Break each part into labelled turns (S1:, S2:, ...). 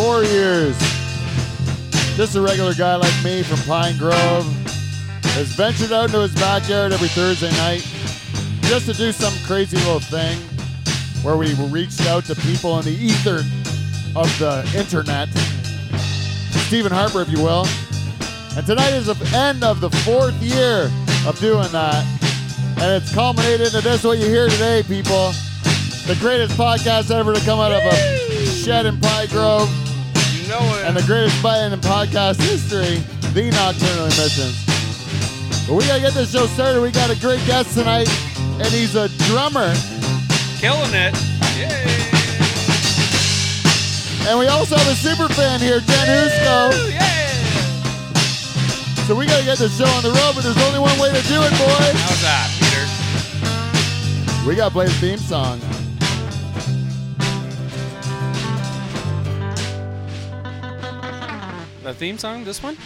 S1: Cheers. Just a regular guy like me from Pine Grove has ventured out into his backyard every Thursday night just to do some crazy little thing where we reached out to people in the ether of the internet, Stephen Harper, if you will. And tonight is the end of the fourth year of doing that. And it's culminated into this what you hear today, people. The greatest podcast ever to come out of a shed in Pine Grove
S2: You know it.
S1: and the greatest button in podcast history, the Nocturnal Emissions. But we gotta get this show started. We got a great guest tonight, and he's a drummer.
S2: Killing it. Yay.
S1: And we also have a super fan here, Dan Husko.
S2: Woo, yeah.
S1: So we gotta get this show on the road, but there's only one way to do it, boys.
S2: How's that, Peter?
S1: We gotta play the theme song.
S2: The theme song, this one?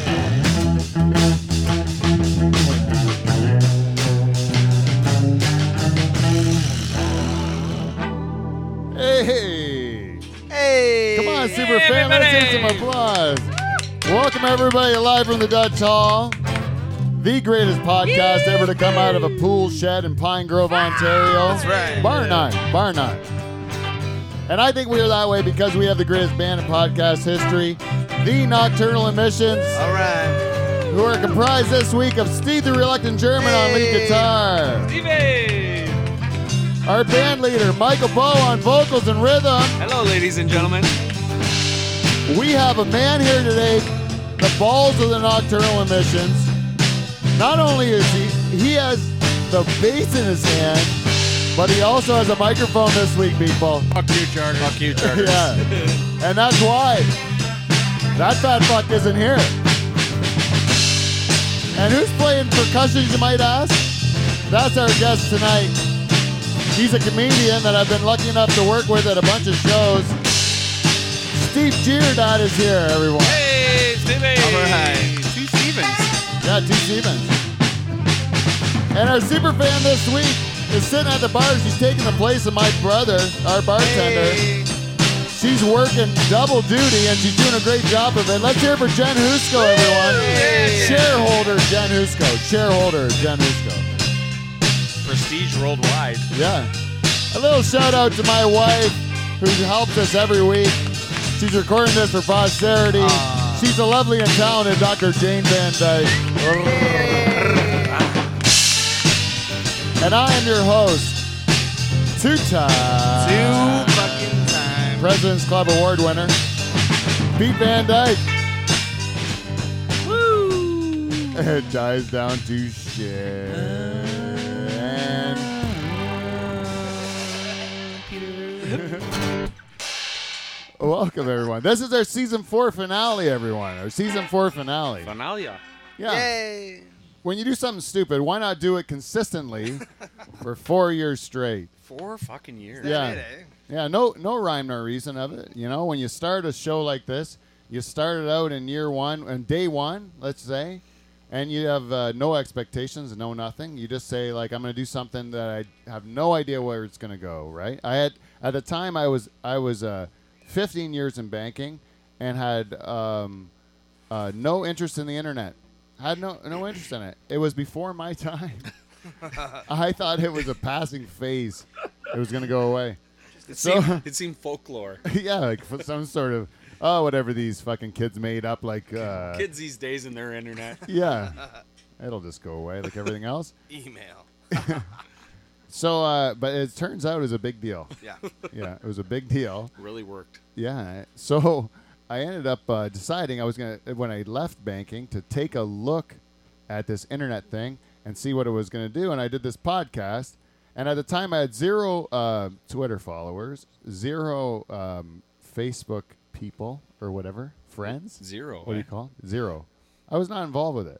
S2: Yeah.
S1: Hey!
S3: Hey!
S1: Come on,
S2: Hey,
S1: super fan, let's hear
S2: everybody.
S1: some applause. Welcome everybody live from the Dutch Hall. The greatest podcast ever to come out of a pool shed in Pine Grove, Ontario. That's
S3: right.
S1: Bar nine, bar nine. And I think we are that way because we have the greatest band in podcast history, the Nocturnal Emissions,
S3: All right.
S1: who are comprised this week of Steve the Reluctant German on lead
S3: Hey.
S1: guitar,
S2: Stevie.
S1: our band leader Michael Bow on vocals and rhythm,
S2: Hello, ladies and gentlemen.
S1: We have a man here today, the balls of the nocturnal emissions. Not only is he he has the bass in his hand, but he also has a microphone this week, people.
S2: Fuck you, Charter. Fuck you, Charter.
S1: Yeah. And that's why. That fat fuck isn't here. And who's playing percussion, you might ask? That's our guest tonight. He's a comedian that I've been lucky enough to work with at a bunch of shows. Steve Giordot is here, everyone.
S2: Hey, Stevie.
S3: All right. Two Stevens.
S1: Yeah, two Stevens. And our super fan this week is sitting at the bar. She's taking the place of my brother, our bartender.
S3: Hey.
S1: She's working double duty and she's doing a great job of it. Let's hear it for Jen Husko, everyone.
S2: Yeah.
S1: Shareholder Jen Husko. Shareholder Jen Husko.
S2: Prestige worldwide.
S1: Yeah. A little shout out to my wife who helps us every week. She's recording this for posterity.
S3: Aw.
S1: She's a lovely and talented Dr. Jane Van Dyke. And I am your host, two time
S3: Two fucking times.
S1: President's Club Award winner, Pete Van Dyke.
S2: Woo.
S1: It dies down to shit. Welcome, everyone. This is our season four finale, everyone. Our season four finale.
S2: Bonalia.
S1: Yeah.
S3: Yay!
S1: When you do something stupid, why not do it consistently for four years straight?
S2: Four fucking years.
S1: Yeah.
S3: That it, eh?
S1: Yeah, no, no rhyme nor reason of it. You know, when you start a show like this, you start it out in year one and day one, let's say, and you have uh, no expectations, no nothing. You just say like, I'm going to do something that I have no idea where it's going to go. Right? I had at the time I was I was uh, 15 years in banking and had um, uh, no interest in the internet. Had no no interest in it. It was before my time. I thought it was a passing phase. It was going to go away.
S2: It,
S1: So-
S2: seemed, it seemed folklore.
S1: yeah, like for some sort of oh whatever these fucking kids made up like uh,
S2: Kids these days and their internet.
S1: yeah, it'll just go away like everything else.
S3: Email.
S1: So, uh, but it turns out it was a big deal.
S3: Yeah.
S1: Yeah, it was a big deal.
S2: Really worked.
S1: Yeah, so I ended up uh, deciding I was gonna when I left banking to take a look at this internet thing and see what it was gonna do, and I did this podcast. And at the time, I had zero uh, Twitter followers, zero um, Facebook people or whatever friends.
S2: Zero.
S1: What do
S2: eh?
S1: you call it? zero? I was not involved with it.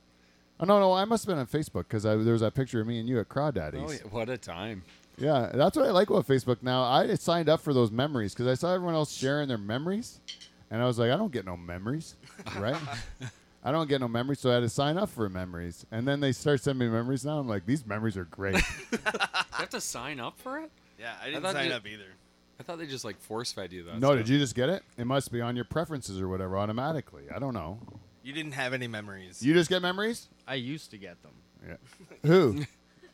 S1: Oh no, no, I must have been on Facebook because there was that picture of me and you at Crawdaddies.
S2: Oh, yeah, what a time.
S1: Yeah, that's what I like about Facebook now. I signed up for those memories because I saw everyone else sharing their memories, and I was like, I don't get no memories, right? I don't get no memories, so I had to sign up for memories. And then they start sending me memories now. I'm like, these memories are great.
S2: You have to sign up for it?
S3: Yeah, I
S2: didn't
S3: didn't
S2: sign
S3: sign
S2: up
S3: up either.
S2: I thought they just like force fed you that.
S1: no,
S2: stuff.
S1: did you just get it? It must be on your preferences or whatever automatically. I don't know.
S3: You didn't have any memories.
S1: You just get memories?
S4: I used to get them.
S1: Yeah. Who?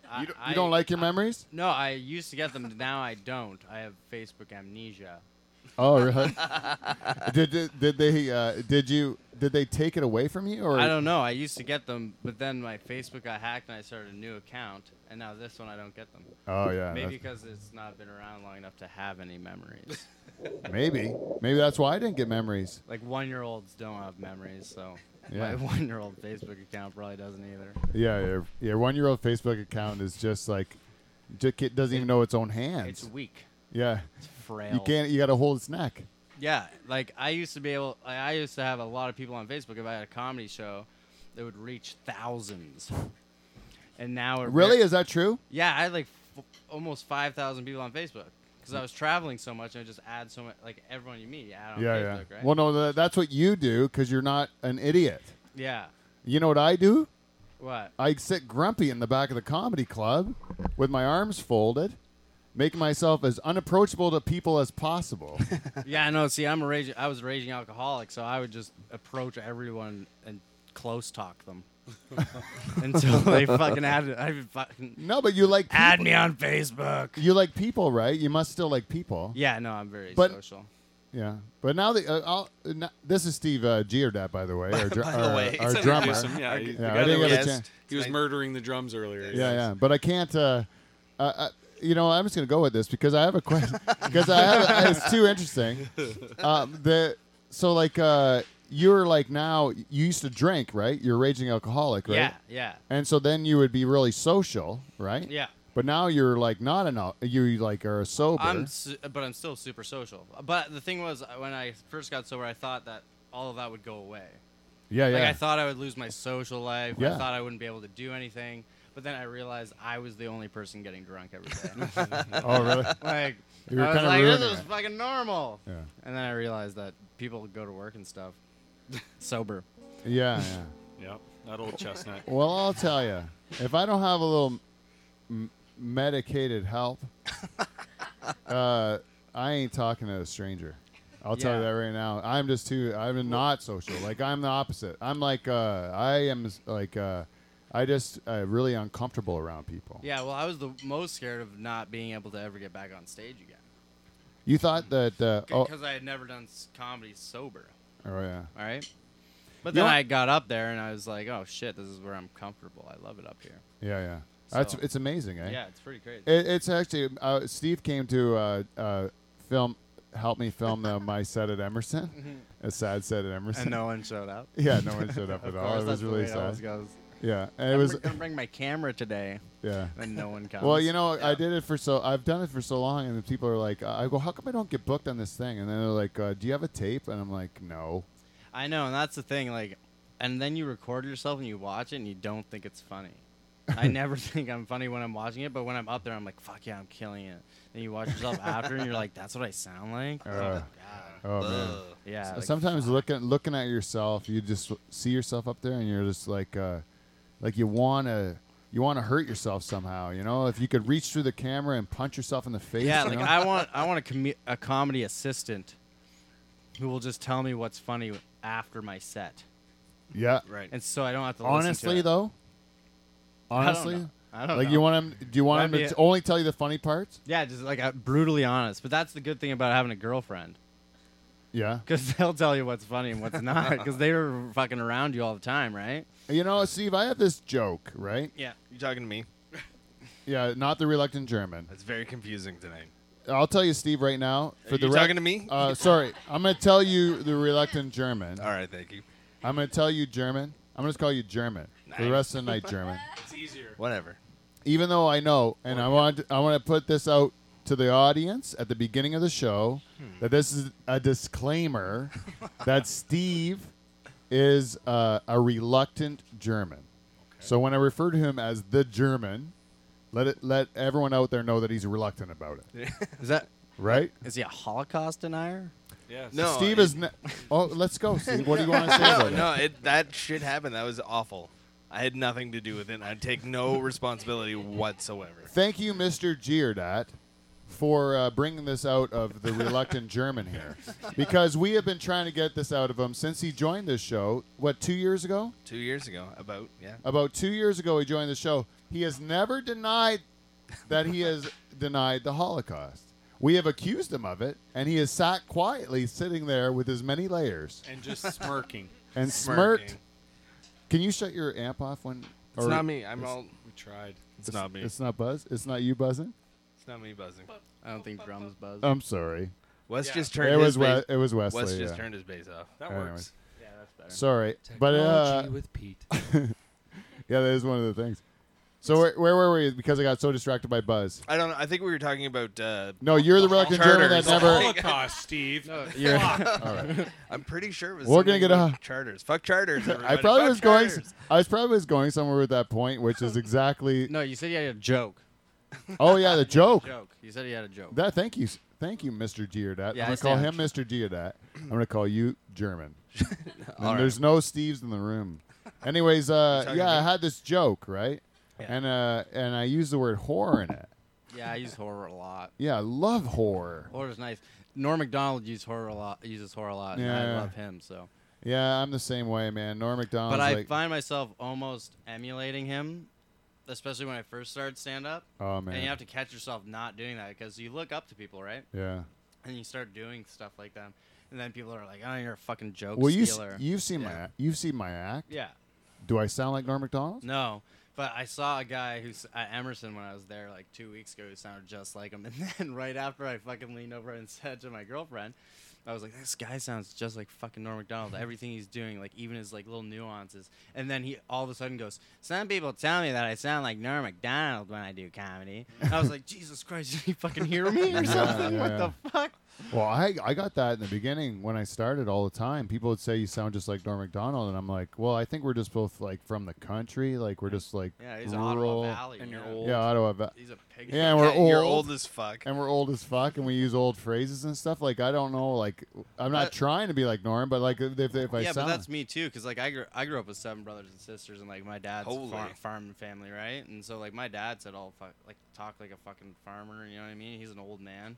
S4: I,
S1: You, d- you don't like your memories?
S4: No, I used to get them. Now I don't. I have Facebook amnesia.
S1: Oh, really? did, did did they uh, did you did they take it away from you or
S4: I don't know. I used to get them, but then my Facebook got hacked and I started a new account, and now this one I don't get them.
S1: Oh yeah.
S4: Maybe
S1: that's-
S4: because it's not been around long enough to have any memories.
S1: Maybe. Maybe that's why I didn't get memories.
S4: like one year olds don't have memories, so
S1: Yeah.
S4: my one year old Facebook account probably doesn't either.
S1: Yeah, your, your one year old Facebook account is just like, just kid doesn't even know its own hands.
S4: It's weak.
S1: yeah.
S4: It's frail.
S1: You can't, you got to hold its neck.
S4: Yeah, like I used to be able. Like, I used to have a lot of people on Facebook. If I had a comedy show, it would reach thousands. And now it
S1: Really? Is that true?
S4: Yeah, I had like f- almost five thousand people on Facebook because I was traveling so much. and I just add so much, like everyone you meet, you add on Facebook, right?
S1: Well, no, tha- that's what you do because you're not an idiot.
S4: yeah.
S1: You know what I do?
S4: What?
S1: I sit grumpy in the back of the comedy club with my arms folded, making myself as unapproachable to people as possible.
S4: yeah, no. See, I'm a raging. I was a raging alcoholic, so I would just approach everyone and close talk them until they fucking added. I would fucking
S1: no, but you like people.
S4: add me on Facebook.
S1: You like people, right? You must still like people.
S4: Yeah, no, I'm very
S1: But-
S4: social.
S1: Yeah, but now the uh, I'll, uh, no- this is Steve uh, Giordat, by the way, our, dr-
S3: the
S1: our,
S3: way.
S1: our
S2: It's
S1: drummer.
S2: introduce him, Yeah, he, the
S1: I
S2: guy
S1: didn't
S2: that
S1: get a
S2: was-
S1: chance.
S2: he was
S3: Tonight.
S2: murdering the drums earlier.
S1: Yeah, yeah, but I can't. Uh, uh, uh, you know, I'm just gonna go with this because I have a question. Because I have, it's too interesting. Um, the so like uh, you're like now you used to drink, right? You're a raging alcoholic, right?
S4: Yeah, yeah,
S1: And so then you would be really social, right?
S4: yeah.
S1: But now you're like not an al- you like are sober.
S4: I'm, su- but I'm still super social. But the thing was, uh, when I first got sober, I thought that all of that would go away.
S1: yeah, yeah.
S4: Like I thought I would lose my social life.
S1: Yeah.
S4: I thought I wouldn't be able to do anything. But then I realized I was the only person getting drunk every day.
S1: oh, really?
S4: like
S1: You were
S4: I was
S1: kinda
S4: like, this
S1: ruining
S4: is
S1: it.
S4: fucking normal.
S1: Yeah.
S4: And then I realized that people go to work and stuff sober.
S1: Yeah, yeah.
S2: Yep, that old chestnut.
S1: Well, I'll tell you, if I don't have a little m- medicated help, uh, I ain't talking to a stranger. I'll tell you
S4: Yeah.
S1: that right now. I'm just too. I'm not social. Like I'm the opposite. I'm like uh, I am s- like uh, I just uh, really uncomfortable around people.
S4: Yeah. Well, I was the most scared of not being able to ever get back on stage again
S1: You thought that? Uh, oh,
S4: because I had never done s- comedy sober.
S1: oh yeah.
S4: All right. But
S1: You
S4: then
S1: know-
S4: I got up there and I was like, oh shit, this is where I'm comfortable. I love it up here.
S1: Yeah, yeah. That's
S4: So-
S1: it's amazing, eh?
S4: Yeah, it's pretty crazy.
S1: It, it's actually uh, Steve came to uh, uh, film, help me film the my set at
S4: Mm-hmm.
S1: Emerson, a sad set at Emerson.
S4: and no one showed up.
S1: Yeah, no one showed up at
S4: Of
S1: all.
S4: course,
S1: It
S4: that's
S1: was
S4: the
S1: really
S4: way it always
S1: sad.
S4: goes.
S1: Yeah, and it was
S4: I'm gonna bring my camera today,
S1: yeah.
S4: and no one comes.
S1: Well, you know, I
S4: Yeah.
S1: did it for so I've done it for so long, and the people are like, uh, I go, how come I don't get booked on this thing? And then they're like, uh, Do you have a tape? And I'm like, No.
S4: I know, and that's the thing. Like, and then you record yourself and you watch it, and you don't think it's funny. I never think I'm funny when I'm watching it, but when I'm up there, I'm like, "Fuck yeah, I'm killing it." Then you watch yourself after, and you're like, "That's what I sound like."
S1: Uh, oh man.
S3: Ugh.
S4: yeah. like,
S1: Sometimes looking looking at yourself, you just see yourself up there, and you're just like, uh, like you wanna you wanna hurt yourself somehow. You know, if you could reach through the camera and punch yourself in the face.
S4: yeah,
S1: you
S4: like
S1: know?
S4: I want, I want a, com- a comedy assistant who will just tell me what's funny after my set,
S1: yeah.
S2: Right.
S4: and so I don't have to. listen to
S1: Honestly,
S4: it.
S1: though.
S4: I don't
S1: Honestly.
S4: know. I don't
S1: like
S4: know.
S1: you want him? Do you want
S4: That'd
S1: him
S4: be
S1: to t-
S4: it.
S1: only tell you the funny parts?
S4: Yeah, just like uh, brutally honest. But that's the good thing about having a girlfriend,
S1: Yeah.
S4: because they'll tell you what's funny and what's not, because they were fucking around you all the time, right?
S1: You know, Steve, I have this joke, right?
S4: Yeah.
S3: You talking to me?
S1: Yeah, not the reluctant German.
S3: That's very confusing tonight.
S1: I'll tell you, Steve, right now. For
S3: Are
S1: the
S3: you
S1: re-
S3: talking to me?
S1: Uh, sorry, I'm gonna tell you the reluctant German.
S3: All right, thank you.
S1: I'm gonna tell you German. I'm gonna just call you German for the
S3: Nice.
S1: rest of the night, German.
S2: It's easier.
S3: Whatever.
S1: even though I know, and I
S3: Oh,
S4: Well, yeah.
S1: want I want to put this out to the audience at the beginning of the show
S3: Hmm.
S1: that this is a disclaimer that Steve is uh, a reluctant German. So when I refer to him as the German, let it let everyone out there know that he's reluctant about it,
S4: Is that
S1: right?
S4: is he a Holocaust denier?
S2: Yes.
S3: No.
S1: Steve
S3: it-
S1: is. Ne- oh, let's go, Steve. What do you want to say
S3: no,
S1: about it?
S3: no, it, that shit happened. That was awful. I had nothing to do with it. I take no responsibility whatsoever.
S1: Thank you, Mr. Giardat, for uh, bringing this out of the reluctant German here, because we have been trying to get this out of him since he joined this show. What two years ago?
S3: Two years ago, about yeah.
S1: About two years ago, he joined the show. He has never denied that he has denied the Holocaust. We have accused him of it, and he has sat quietly sitting there with his many layers
S2: And just smirking.
S1: and smirked. Can you shut your amp off when?
S3: It's
S1: or-
S3: not me. I'm all.
S2: We tried.
S3: It's, not me. It's,
S1: It's not buzz. It's not you buzzing.
S3: not me buzzing.
S4: I don't think drums buzz.
S1: I'm sorry.
S3: Wes
S2: Yeah.
S3: just turned.
S1: It was
S3: his bass,
S1: Wes, it was Wesley.
S3: Wes just
S1: yeah.
S3: turned his bass off.
S2: That
S1: Anyway.
S2: works.
S4: yeah, that's better.
S1: Sorry, but uh,
S2: with Pete.
S1: yeah, that is one of the things. So where, where were we? Because I got so distracted by Buzz.
S3: I don't. know. I think we were talking about. Uh,
S1: No, you're the reluctant German that
S3: Charters.
S1: never.
S2: Holocaust, Steve.
S4: You're,
S1: All right.
S3: I'm pretty sure it was.
S1: We're gonna
S3: something
S1: get a-
S3: with charters. Fuck charters.
S1: I
S3: everybody.
S1: probably
S3: Fuck
S1: was going.
S3: charters.
S1: I was probably was going somewhere with that point, which is exactly.
S4: no, you said you had a joke.
S1: Oh yeah, the joke.
S4: Joke. You said you had a joke.
S1: That thank you, thank you, Mr. Geodat.
S4: Yeah,
S1: I'm
S4: I
S1: gonna call him Mr.
S4: stand.
S1: Geodat. I'm gonna call you German.
S3: All
S1: And
S3: right.
S1: There's no Steves in the room. Anyways, uh,
S3: talking
S1: yeah, I
S3: about-
S1: had this joke right,
S3: Yeah.
S1: and uh, and I used the word horror in it.
S4: yeah, I use horror a lot.
S1: Yeah, I love horror.
S4: Horror's nice. Norm Macdonald uses horror a lot. Uses horror a lot. And
S1: Yeah.
S4: I love him so.
S1: Yeah, I'm the same way, man. Norm McDonald's
S4: But I
S1: like,
S4: find myself almost emulating him, especially when I first started stand up.
S1: oh man,
S4: And you have to catch yourself not doing that because you look up to people, right?
S1: yeah.
S4: And you start doing stuff like that, and then people are like, "Oh, you're a fucking joke
S1: Well, you s-
S4: stealer."
S1: you've seen
S4: Yeah.
S1: my you've seen my act.
S4: yeah.
S1: Do I sound like Norm McDonald?
S4: No, but I saw a guy who's at Emerson when I was there like two weeks ago who sounded just like him. And then right after I fucking leaned over and said to my girlfriend, I was like, this guy sounds just like fucking Norm Macdonald. Everything he's doing, like even his like little nuances. And then he all of a sudden goes, some people tell me that I sound like Norm Macdonald when I do comedy. I was like, Jesus Christ, did you fucking hear me or
S1: Yeah,
S4: something?
S1: yeah.
S4: What the fuck?
S1: Well, I I got that in the beginning when I started all the time. People would say you sound just like Norm Macdonald, and I'm like, well, I think we're just both like from the country, like we're just like
S4: Yeah, he's
S1: rural.
S4: Ottawa Valley.
S2: and
S4: you
S2: you're
S4: know?
S2: old.
S1: Yeah, Ottawa. Va-
S4: He's a pig.
S1: Yeah, and we're
S3: Yeah, You're
S1: old.
S3: old as fuck.
S1: and we're old as fuck, and we use old phrases and stuff. Like I don't know, like I'm not
S4: That-
S1: trying to be like Norm, but like if, if, if I
S4: yeah,
S1: sound,
S4: but that's me too, because like I grew I grew up with seven brothers and sisters, and like my dad's
S3: Holy.
S4: farm farming family, right? And so like my dad said all fuck like talk like a fucking farmer, you know what I mean? He's an old man,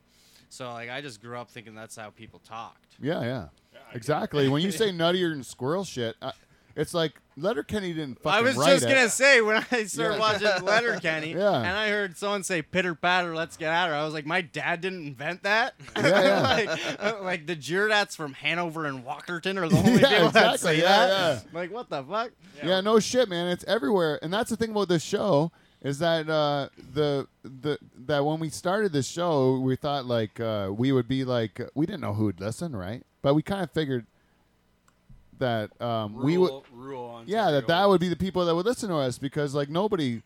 S4: so like I just grew up thinking that's how people talked.
S1: yeah, yeah, exactly. When you say nuttier and squirrel shit, I, it's like Letterkenny didn't fucking
S4: I was
S1: write
S4: just
S1: it.
S4: gonna say when I started
S1: Yeah.
S4: watching Letterkenny,
S1: Yeah.
S4: and I heard someone say pitter patter, let's get at her. I was like, my dad didn't invent that.
S1: Yeah, yeah.
S4: like, uh, like the Jurdats from Hanover and Walkerton are the only
S1: Yeah,
S4: people that
S1: exactly.
S4: say
S1: Yeah,
S4: that. Like what the fuck?
S1: Yeah, no shit, man. It's everywhere, and that's the thing about this show is that uh, the the that when we started this show, we thought like uh, we would be like we didn't know who'd listen, right? But we kind of figured that um, we would,
S2: Rural- rural Ontario.
S1: yeah, that that would be the people that would listen to us because like nobody,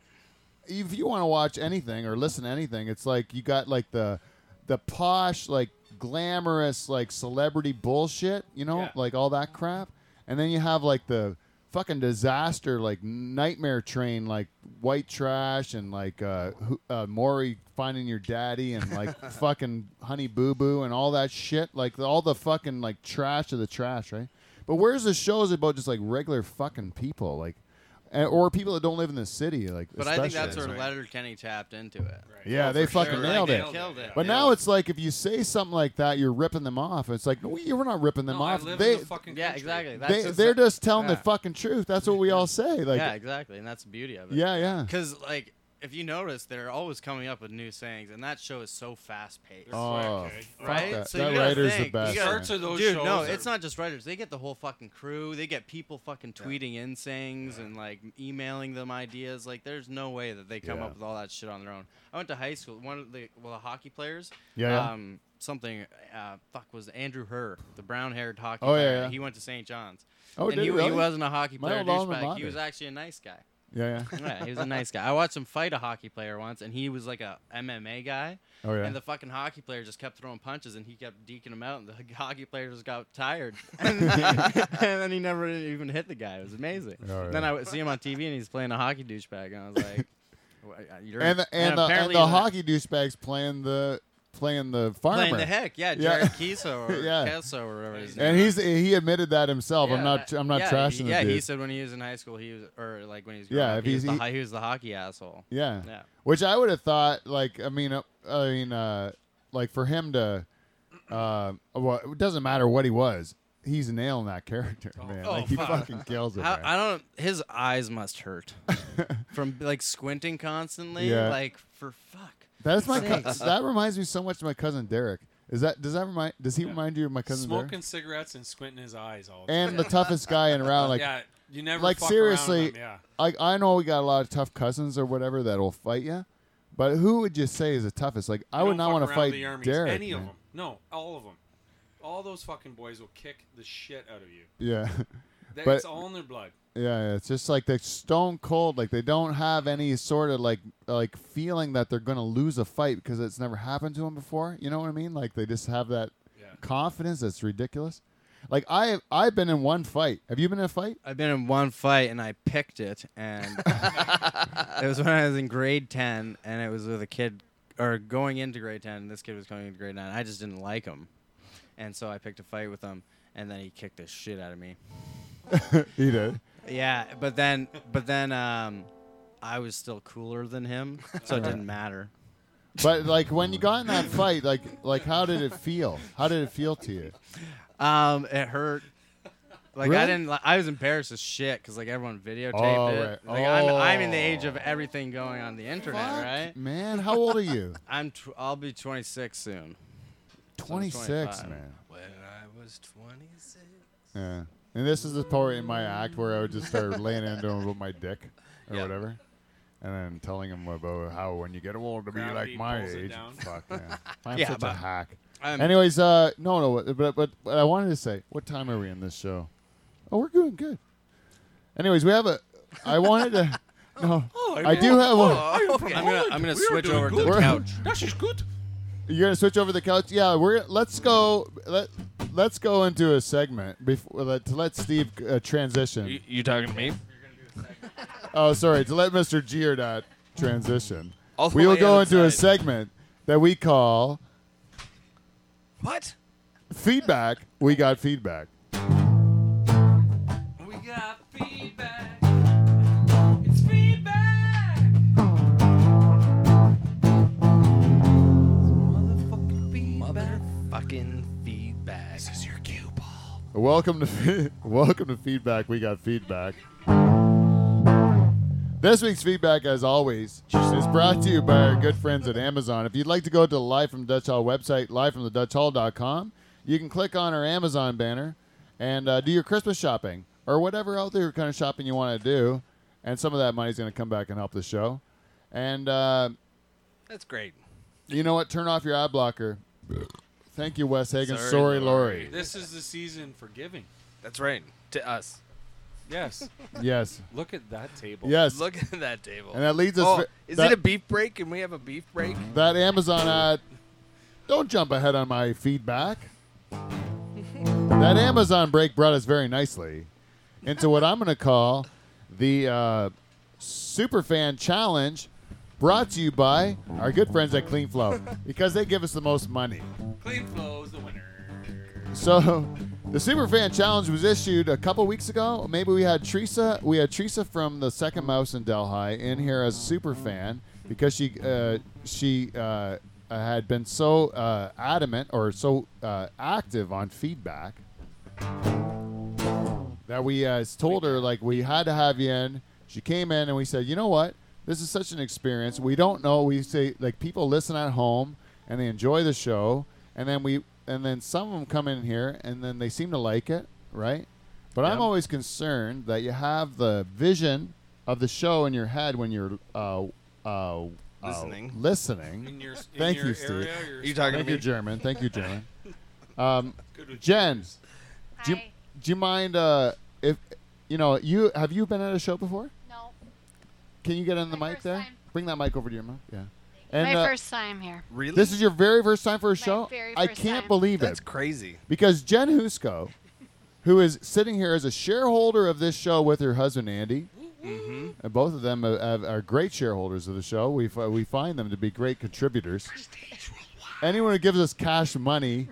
S1: if you want to watch anything or listen to anything, it's like you got like the the posh like glamorous like celebrity bullshit, you know,
S2: Yeah.
S1: like all that crap, and then you have like the fucking disaster like nightmare train like white trash and like uh, who- uh Maury finding your daddy and like fucking honey boo boo and all that shit like all the fucking like trash of the trash right but where's the shows about just like regular fucking people like and, or people that don't live in the city like
S4: But I think
S1: especially.
S4: that's where Letterkenny tapped into it.
S2: Right.
S1: yeah they
S4: Oh, Sure,
S1: fucking
S4: like,
S1: nailed
S4: they
S1: it
S4: Killed it.
S1: but now it's like if you say something like that, you're ripping them off. It's like no, you're not ripping them
S2: No, I
S1: off.
S2: live
S1: they
S2: in the fucking
S4: yeah,
S2: country.
S4: exactly. That's
S1: they
S4: just
S1: they're just telling the
S4: yeah.
S1: fucking truth. That's what we all say. Like
S4: yeah, exactly, and that's the beauty of it.
S1: yeah, yeah.
S4: because like if you notice, they're always coming up with new sayings, and that show is so fast paced.
S2: Oh,
S1: Oh,
S2: Okay.
S1: fuck
S4: Right?
S1: that.
S4: So
S1: that
S4: you gotta
S1: writer's the
S4: think. You
S1: best.
S4: gotta-
S1: man.
S2: Parts of those
S4: Dude,
S2: shows
S4: no,
S2: are-
S4: it's not just writers. They get the whole fucking crew. They get people fucking tweeting in sayings and like emailing them ideas. Like, there's no way that they come
S1: Yeah.
S4: up with all that shit on their own. I went to high school. One of the well, the hockey players.
S1: Yeah, yeah.
S4: Um, something. Uh, fuck was Andrew Herr, the brown-haired hockey
S1: Oh, yeah,
S4: player.
S1: yeah.
S4: He went to St. John's.
S1: Oh,
S4: and
S1: did
S4: he,
S1: he really?
S4: wasn't a hockey
S1: My
S4: player
S1: old alma
S4: douchebag. He
S1: mater.
S4: was actually a nice guy.
S1: Yeah, yeah.
S4: yeah, he was a nice guy. I watched him fight a hockey player once, and he was like a MMA guy.
S1: Oh, yeah?
S4: And the fucking hockey player just kept throwing punches, and he kept deking him out, and the hockey player just got tired, and then he never even hit the guy. It was amazing.
S1: Oh,
S4: Then
S1: yeah.
S4: I would see him on TV, and he's playing a hockey douchebag, and I was like, "Wha- uh, "You're
S1: And the and, the, and
S4: apparently
S1: the
S4: he's a-
S1: hockey douchebags playing the playing the farmer.
S4: playing the heck, yeah,
S1: Yeah.
S4: Jared Kiso or
S1: Yeah.
S4: Keso or whatever his name."
S1: And he's he admitted that himself. I'm
S4: Yeah,
S1: not I'm not
S4: yeah,
S1: trashing
S4: he-
S1: the
S4: Yeah,
S1: dude.
S4: he said when he was in high school, he was or like when he was growing
S1: Yeah,
S4: up,
S1: if
S4: he, was
S1: he's-
S4: the, hi- he was the hockey asshole.
S1: Yeah.
S4: Yeah.
S1: Which I would have thought, like, I mean, uh, I mean, uh, like for him to, uh, well, it doesn't matter what he was. He's nailing that character, man.
S2: oh,
S1: like he
S2: fuck.
S1: fucking kills it.
S4: How,
S1: man.
S4: I don't. His eyes must hurt from like squinting constantly.
S1: Yeah.
S4: Like for fuck.
S1: That's my. cou-
S4: Thanks.
S1: that reminds me so much of my cousin Derek. Is that does that remind? Does he remind you of my cousin
S2: Smoking
S1: Derek?
S2: cigarettes and squinting his eyes all the time.
S1: And the toughest guy in around, like
S2: yeah, you never
S1: like
S2: fuck around with
S1: seriously,
S2: them, yeah.
S1: like I know we got a lot of tough cousins or whatever that'll fight you, but who would you say is the toughest? Like I
S2: You
S1: would
S2: don't
S1: not
S2: fuck
S1: want to
S2: around
S1: fight
S2: the armies,
S1: Derek.
S2: Any of
S1: man.
S2: them? No, all of them. All those fucking boys will kick the shit out of you.
S1: Yeah,
S2: That's
S1: But-
S2: all in their blood.
S1: yeah. yeah. It's just like they're stone cold. Like they don't have any sort of like like feeling that they're gonna lose a fight because it's never happened to them before. You know what I mean? Like they just have that
S2: Yeah.
S1: confidence that's ridiculous. Like I I've been in one fight. Have you been in a fight?
S4: I've been in one fight and I picked it, and it was when I was in grade ten, and it was with a kid, or going into grade ten. And this kid was going into grade nine. I just didn't like him, and so I picked a fight with him, and then he kicked the shit out of me.
S1: He did.
S4: Yeah, but then, but then, um, I was still cooler than him, so it didn't matter.
S1: But like when you got in that fight, like like how did it feel? How did it feel to you?
S4: Um, it hurt. Like
S1: Really?
S4: I didn't. Like, I was embarrassed as shit because like everyone videotaped
S1: Oh,
S4: it.
S1: right.
S4: Like I'm, I'm in the age of
S1: Oh.
S4: everything going on the internet,
S1: Fuck,
S4: right?
S1: Man, how old are you?
S4: I'm. Tw- I'll be 26 soon.
S1: Twenty six,
S4: 25.
S1: man.
S3: When I was 26.
S1: Yeah. And this is the part in my act where I would just start laying into him about my dick or
S3: Yeah.
S1: whatever. And then telling him about how when you get old to be
S2: Gravity
S1: like my
S2: pulls it
S1: age.
S2: down.
S1: Fuck yeah. I'm
S4: Yeah,
S1: such a
S4: but-
S1: hack.
S4: I'm,
S1: Anyways, uh no no but, but but I wanted to say, what time are we in this show? Oh, we're doing good. Anyways, we have a I wanted to No. I do have one.
S4: I'm gonna. I'm gonna switch over to
S1: good.
S4: the couch.
S1: You're gonna switch over the couch. Yeah, we're let's go. Let let's go into a segment before let, to let Steve uh,
S3: You,
S1: transition.
S3: you talking to me?
S1: Oh, sorry, to let Mr. Giordot transition.
S3: All the
S1: We will
S3: way
S1: go into a
S3: outside.
S1: segment that we call
S3: What?
S1: feedback. We got feedback.
S2: We got feedback. It's feedback.
S3: Motherfucking feedback. This is your cue ball.
S1: Welcome to fe- welcome to feedback. We got feedback. This week's feedback, as always, is brought to you by our good friends at Amazon. If you'd like to go to the Live from Dutch Hall website, livefromthedutchhall.com, you can click on our Amazon banner and uh, do your Christmas shopping or whatever other kind of shopping you want to do. And some of that money's going to come back and help the show. And uh,
S3: That's great.
S1: you know what? Turn off your ad blocker. Thank you, Wes Hagen. Sorry,
S3: Sorry,
S1: Lori.
S2: This is the season for giving.
S3: That's right. To us.
S2: Yes.
S1: Yes.
S2: Look at that table.
S1: Yes.
S3: Look at that table.
S1: And that leads us.
S3: oh,
S1: ve-
S3: is
S1: that-
S3: it a beef break? Can we have a beef break?
S1: That Amazon ad. Don't jump ahead on my feedback. that Amazon break brought us very nicely into what I'm going to call the uh, Superfan Challenge, brought to you by our good friends at Clean Flow because they give us the most money.
S2: Clean Flow's the winner.
S1: So, the Superfan Challenge was issued a couple weeks ago. Maybe we had Teresa. We had Teresa from the Second Mouse in Delhi in here as a superfan because she uh, she uh, had been so uh, adamant or so uh, active on feedback that we uh, told her like we had to have you in. She came in and we said, you know what? This is such an experience. We don't know. We say like people listen at home and they enjoy the show, and then we and then some of them come in here and then they seem to like it, right? But I'm always concerned that you have the vision of the show in your head when you're uh, uh,
S3: Listening.
S1: Uh, listening.
S2: In your, in
S1: Thank
S2: your
S1: you, Steve.
S2: area, you're
S3: You talking
S1: Thank
S3: to
S1: you,
S3: me?
S1: German. Thank you, German. Um,
S2: good with
S1: Jen,
S2: jokes.
S1: do you,
S5: Hi.
S1: do you mind uh, if you know you have you been at a show before?
S5: No.
S1: Can you get on the
S5: My
S1: mic
S5: first
S1: there?
S5: time.
S1: Bring that mic over to your mouth. Yeah.
S5: My
S1: And uh,
S5: first time here.
S3: Really?
S1: this is your very first time for a show.
S5: very
S1: I
S5: first
S1: can't
S5: time.
S1: believe it.
S3: That's crazy.
S1: because Jen Husko, who is sitting here as a shareholder of this show with her husband Andy, and both of them uh, have- are great shareholders of the show. We fi- we find them to be great contributors. Anyone who gives us cash money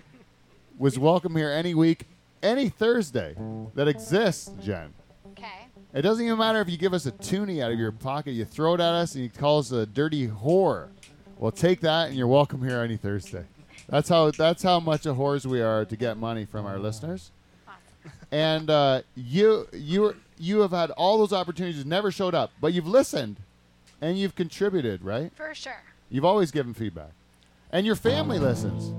S1: was welcome here any week, any Thursday that exists, Jen.
S5: Okay.
S1: It doesn't even matter if you give us a toonie out of your pocket. You throw it at us and you call us a dirty whore. Well, take that and you're welcome here any Thursday. That's how that's how much of whores we are to get money from our listeners.
S5: Awesome.
S1: And uh, you you were- you have had all those opportunities, never showed up, but you've listened and you've contributed, right?
S5: For sure.
S1: You've always given feedback, and your family listens.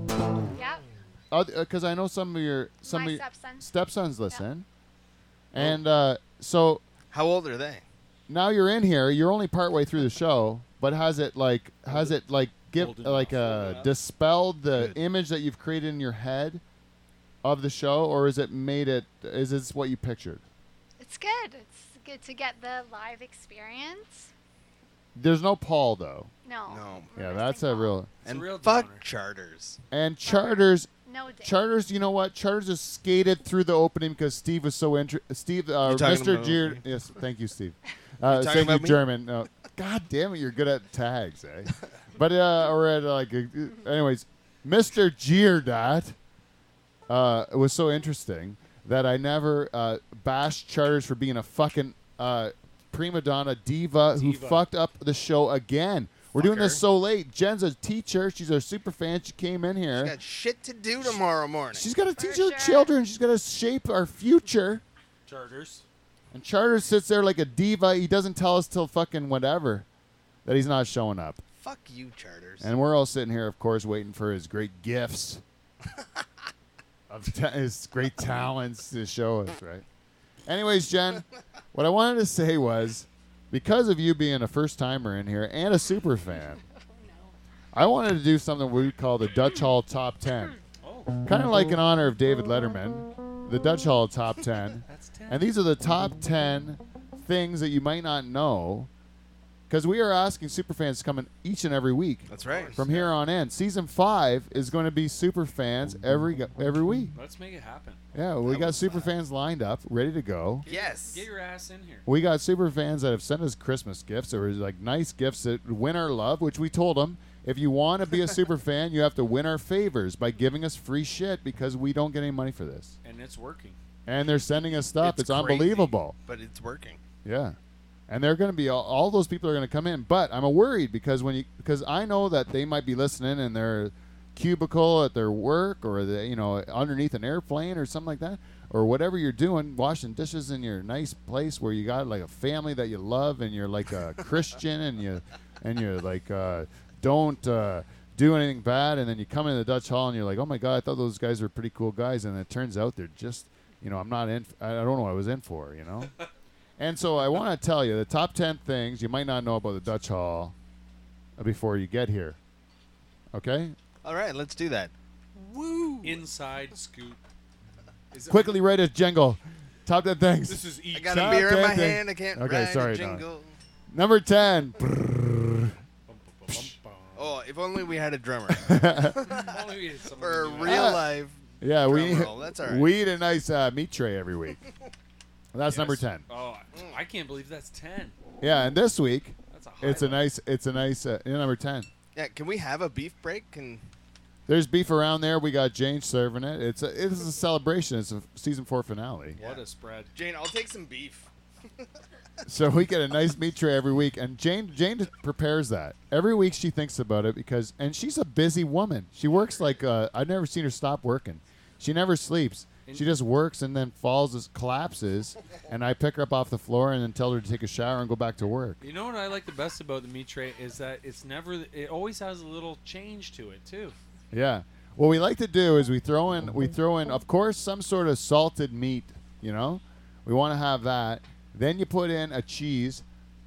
S5: Yep.
S1: Because I know some of your some
S5: My
S1: of your
S5: stepson.
S1: stepsons listen, and uh, so
S3: How old are they?
S1: now you're in here. You're only partway through the show, but has it like has it like give
S2: Old enough.
S1: like uh, dispelled the
S3: Good.
S1: image that you've created in your head of the show, or is it made it is this what you pictured?
S5: It's good. It's good to get the live experience.
S1: There's no Paul though.
S5: No.
S3: No.
S5: we're
S1: yeah,
S5: missing
S1: that's a
S5: out.
S1: real
S2: a real
S3: fuck
S2: downer.
S3: charters.
S1: and charters.
S5: No day.
S1: Charters, you know what? Charters just skated through the opening because Steve was so interested. Steve, uh,
S3: You talking
S1: Mr.
S3: about
S1: Jude.
S3: me?
S1: Yes, thank you, Steve. Uh,
S3: talking
S1: thank you,
S3: about me?
S1: German. No. God damn it, you're good at tags, eh? but uh, or at uh, like, uh, anyways, Mr. Geardot uh, was so interesting that I never uh, bashed Charters for being a fucking uh, prima donna diva, who
S2: Diva.
S1: fucked up the show again. We're doing this
S3: Fucker.
S1: so late. Jen's a teacher. She's our super fan. She came in here.
S3: She's got shit to do tomorrow morning.
S1: She's got to
S5: For
S1: teach her
S5: sure.
S1: children. She's got to shape our future.
S2: Charters.
S1: And Charter sits there like a diva. He doesn't tell us till fucking whatever that he's not showing up.
S3: fuck you, charters.
S1: And we're all sitting here, of course, waiting for his great gifts, of ta- his great talents to show us, right? Anyways, Jen, what I wanted to say was because of you being a first timer in here and a super fan,
S5: Oh,
S1: I wanted to do something we call the Dutch Hall Top 10.
S2: Oh,
S1: Kind of like in honor of David Letterman, the Dutch Hall top 10.
S2: that's ten.
S1: And these are the top 10 things that you might not know because we are asking superfans to come in each and every week.
S3: That's right.
S1: From here on in, season five is going to be superfans every go- every week.
S2: Let's make it happen.
S1: Yeah, we
S3: That
S1: got
S3: was fun.
S1: superfans lined up, ready to go.
S3: yes.
S2: Get your ass in here.
S1: We got super fans that have sent us Christmas gifts or like nice gifts that win our love, which we told them if you want to be a super fan, you have to win our favors by giving us free shit because we don't get any money for this.
S2: And it's working.
S1: And they're sending us stuff. It's,
S3: crazy,
S1: unbelievable.
S3: But it's working.
S1: Yeah. And they're going to be all, all those people are going to come in, but I'm worried because when you because I know that they might be listening in their cubicle at their work or the you know underneath an airplane or something like that or whatever you're doing washing dishes in your nice place where you got like a family that you love and you're like a Christian and you and you're like uh, don't uh, do anything bad and then you come into the Dutch Hall and you're like oh my god I thought those guys were pretty cool guys and it turns out they're just you know I'm not in I I don't know what I was in for you know. And so I want to tell you the top 10 things you might not know about the Dutch Hall before you get here. Okay?
S3: All right, let's do that.
S2: Inside scoop. Is it-
S1: Quickly rate us, Jingle. Top 10 things.
S2: This is
S3: I
S2: each.
S3: got a
S1: Top
S3: beer in my
S1: 10 thing.
S3: hand. I can't
S1: Okay,
S3: ride a
S1: sorry, Don.
S3: jingle.
S1: Number 10. Brr.
S3: Oh, if only we had a drummer
S2: Only we had someone
S3: for
S2: to
S3: a
S2: do that.
S3: real life.
S1: Yeah, we
S3: Drum roll, that's all right.
S1: we eat a nice uh, meat tray every week. That's number
S2: Yes.
S1: 10.
S2: Oh, I can't believe that's ten.
S1: Yeah, and this week
S2: That's a high
S1: it's a
S2: one.
S1: nice it's a nice uh, yeah, number 10.
S3: Yeah, can we have a beef break? Can
S1: There's beef around there. We got Jane serving it. It's a, it's a celebration. It's a season 4 finale.
S2: What a spread.
S3: Jane? I'll take some beef.
S1: So we get a nice meat tray every week, and Jane Jane prepares that every week. She thinks about it because, and she's a busy woman. She works like uh, I've never seen her stop working. She never sleeps. She just works and then falls, as collapses, and I pick her up off the floor and then tell her to take a shower and go back to work.
S2: You know what I like the best about the meat tray is that it's never. It always has a little change to it too.
S1: Yeah. What we like to do is we throw in we throw in of course some sort of salted meat, you know? We want to have that. Then you put in a cheese.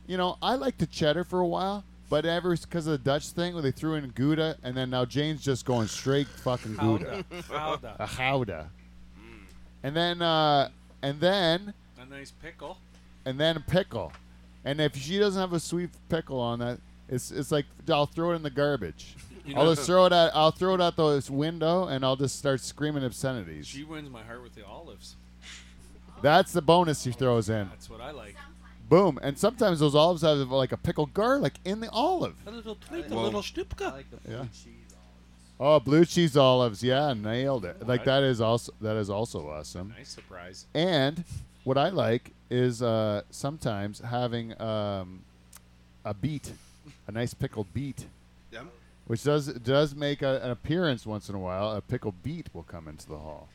S1: You know, I like the cheddar for a while, but ever because of the Dutch thing where they threw in Gouda and then now Jane's just going straight fucking Gouda.
S2: Howda, howda.
S1: A Gouda. And then uh and then
S2: A nice pickle.
S1: and then a pickle. And if she doesn't have a sweet pickle on that, it's it's like I'll throw it in the garbage.
S2: You
S1: I'll
S2: know-
S1: just throw it out. I'll throw it out the window, and I'll just start screaming obscenities.
S2: She wins my heart with the olives.
S1: That's the bonus she throws in.
S2: That's what I like.
S1: Boom. And sometimes those olives have like a pickled garlic in the olive.
S2: A little tweet,
S3: Whoa. little
S4: I
S2: stupka.
S4: like the
S1: Yeah.
S4: blue cheese.
S1: Oh, blue cheese olives. Yeah, nailed it. Like
S2: Alright.
S1: that is also that is also awesome.
S2: Nice surprise.
S1: And what I like is uh, sometimes having um, a beet, a nice pickled beet,
S3: Yeah.
S1: which does does make a, an appearance once in a while. A pickled beet will come into the hall,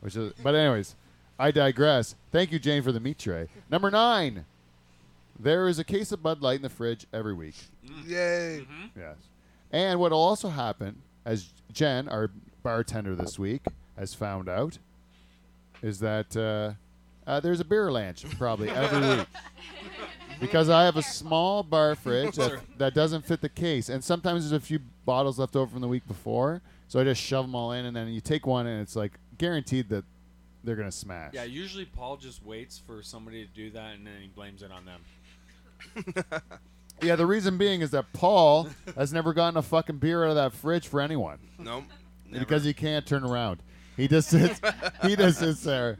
S1: which is. But anyways, I digress. Thank you, Jane, for the meat tray. Number nine. There is a case of Bud Light in the fridge every week.
S3: Yay.
S1: Yes. And what'll also happen, as Jen, our bartender this week, has found out, is that uh, uh, there's a beer lunch probably every week. Because I have a small bar fridge that,
S2: Sorry.
S1: that doesn't fit the case. And sometimes there's a few bottles left over from the week before. So I just shove them all in, and then you take one, and it's like guaranteed that they're going to smash.
S2: Yeah, usually Paul just waits for somebody to do that and then he blames it on them.
S1: yeah, the reason being is that Paul has never gotten a fucking beer out of that fridge for anyone.
S3: Nope.
S1: because he can't turn around. He just sits. he just sits there.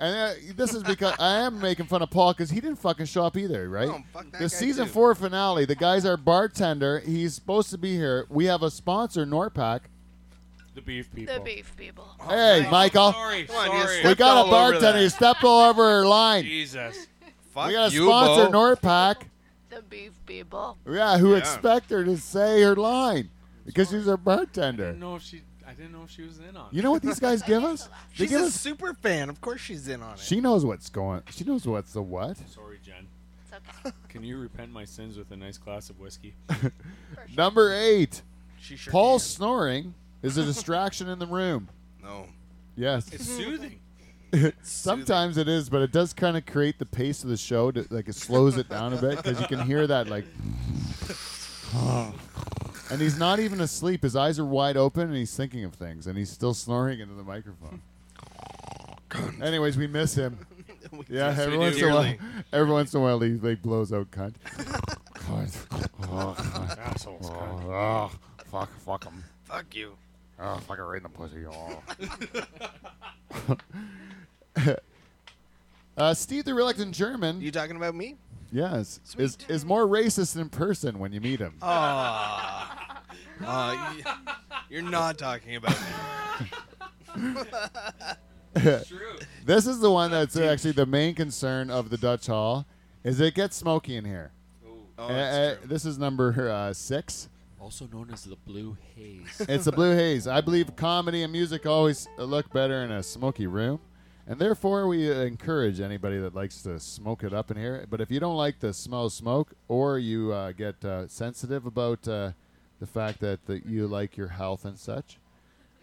S1: And uh, this is because I am making fun of Paul because he didn't fucking show up either, right?
S3: No, fuck that
S1: the
S3: guy
S1: season
S3: too.
S1: four finale. The guy's our bartender. He's supposed to be here. We have a sponsor, Norpac.
S2: The beef people.
S5: The beef people.
S3: Oh,
S1: hey, Michael,
S2: Sorry,
S3: Come on, you
S2: sorry.
S1: we
S3: Stepped all
S1: got a
S3: over that.
S1: bartender. He stepped all over her line.
S2: Jesus.
S3: Fuck
S1: we got a
S3: you,
S1: sponsor,
S3: Bo.
S1: Norpac.
S5: The beef people.
S1: Yeah, who
S3: Yeah.
S1: expect her to say her line because she's our
S2: I
S1: bartender.
S2: didn't know if she I didn't know if she was in on
S1: You
S2: it.
S1: know what these guys give us? They
S3: She's
S1: give
S3: a
S1: us.
S3: super fan. Of course she's in on it.
S1: She knows what's going. She knows what's the what.
S2: Sorry, Jen.
S5: It's okay.
S2: Can you repent my sins with a nice glass of whiskey?
S5: For sure.
S1: Number eight.
S3: She sure
S1: Paul
S3: can.
S1: snoring is a distraction in the room.
S3: No.
S1: Yes.
S2: It's soothing.
S1: Sometimes it is, but it does kind of create the pace of the show. To, like it slows it down a bit because you can hear that like. and he's not even asleep. His eyes are wide open and he's thinking of things and he's still snoring into the microphone. Anyways, we miss him. Yeah,
S3: Yes, we
S1: every
S3: do.
S1: once, in a while,
S3: Dearly.
S1: every once in a while he like blows out cunt. cunt. Oh, cunt.
S2: Assholes.
S1: Oh, oh, fuck, fuck him.
S3: Fuck you.
S1: Oh, fucking right in the pussy. Oh. uh, Steve the reluctant German,
S3: You talking about me?
S1: yes, is, is more racist in person when you meet him.
S3: Oh. you're not talking about me.
S2: True.
S1: This is the one that's actually the main concern of the Dutch Hall, is it gets smoky in here.
S3: Oh,
S1: Uh,
S3: that's
S1: uh,
S3: true.
S1: this is number uh, six.
S2: Also known as the blue haze.
S1: It's the Blue Haze. I believe comedy and music always look better in a smoky room, and therefore we encourage anybody that likes to smoke it up in here. But if you don't like the smell of smoke, or you uh, get uh, sensitive about uh, the fact that that you like your health and such,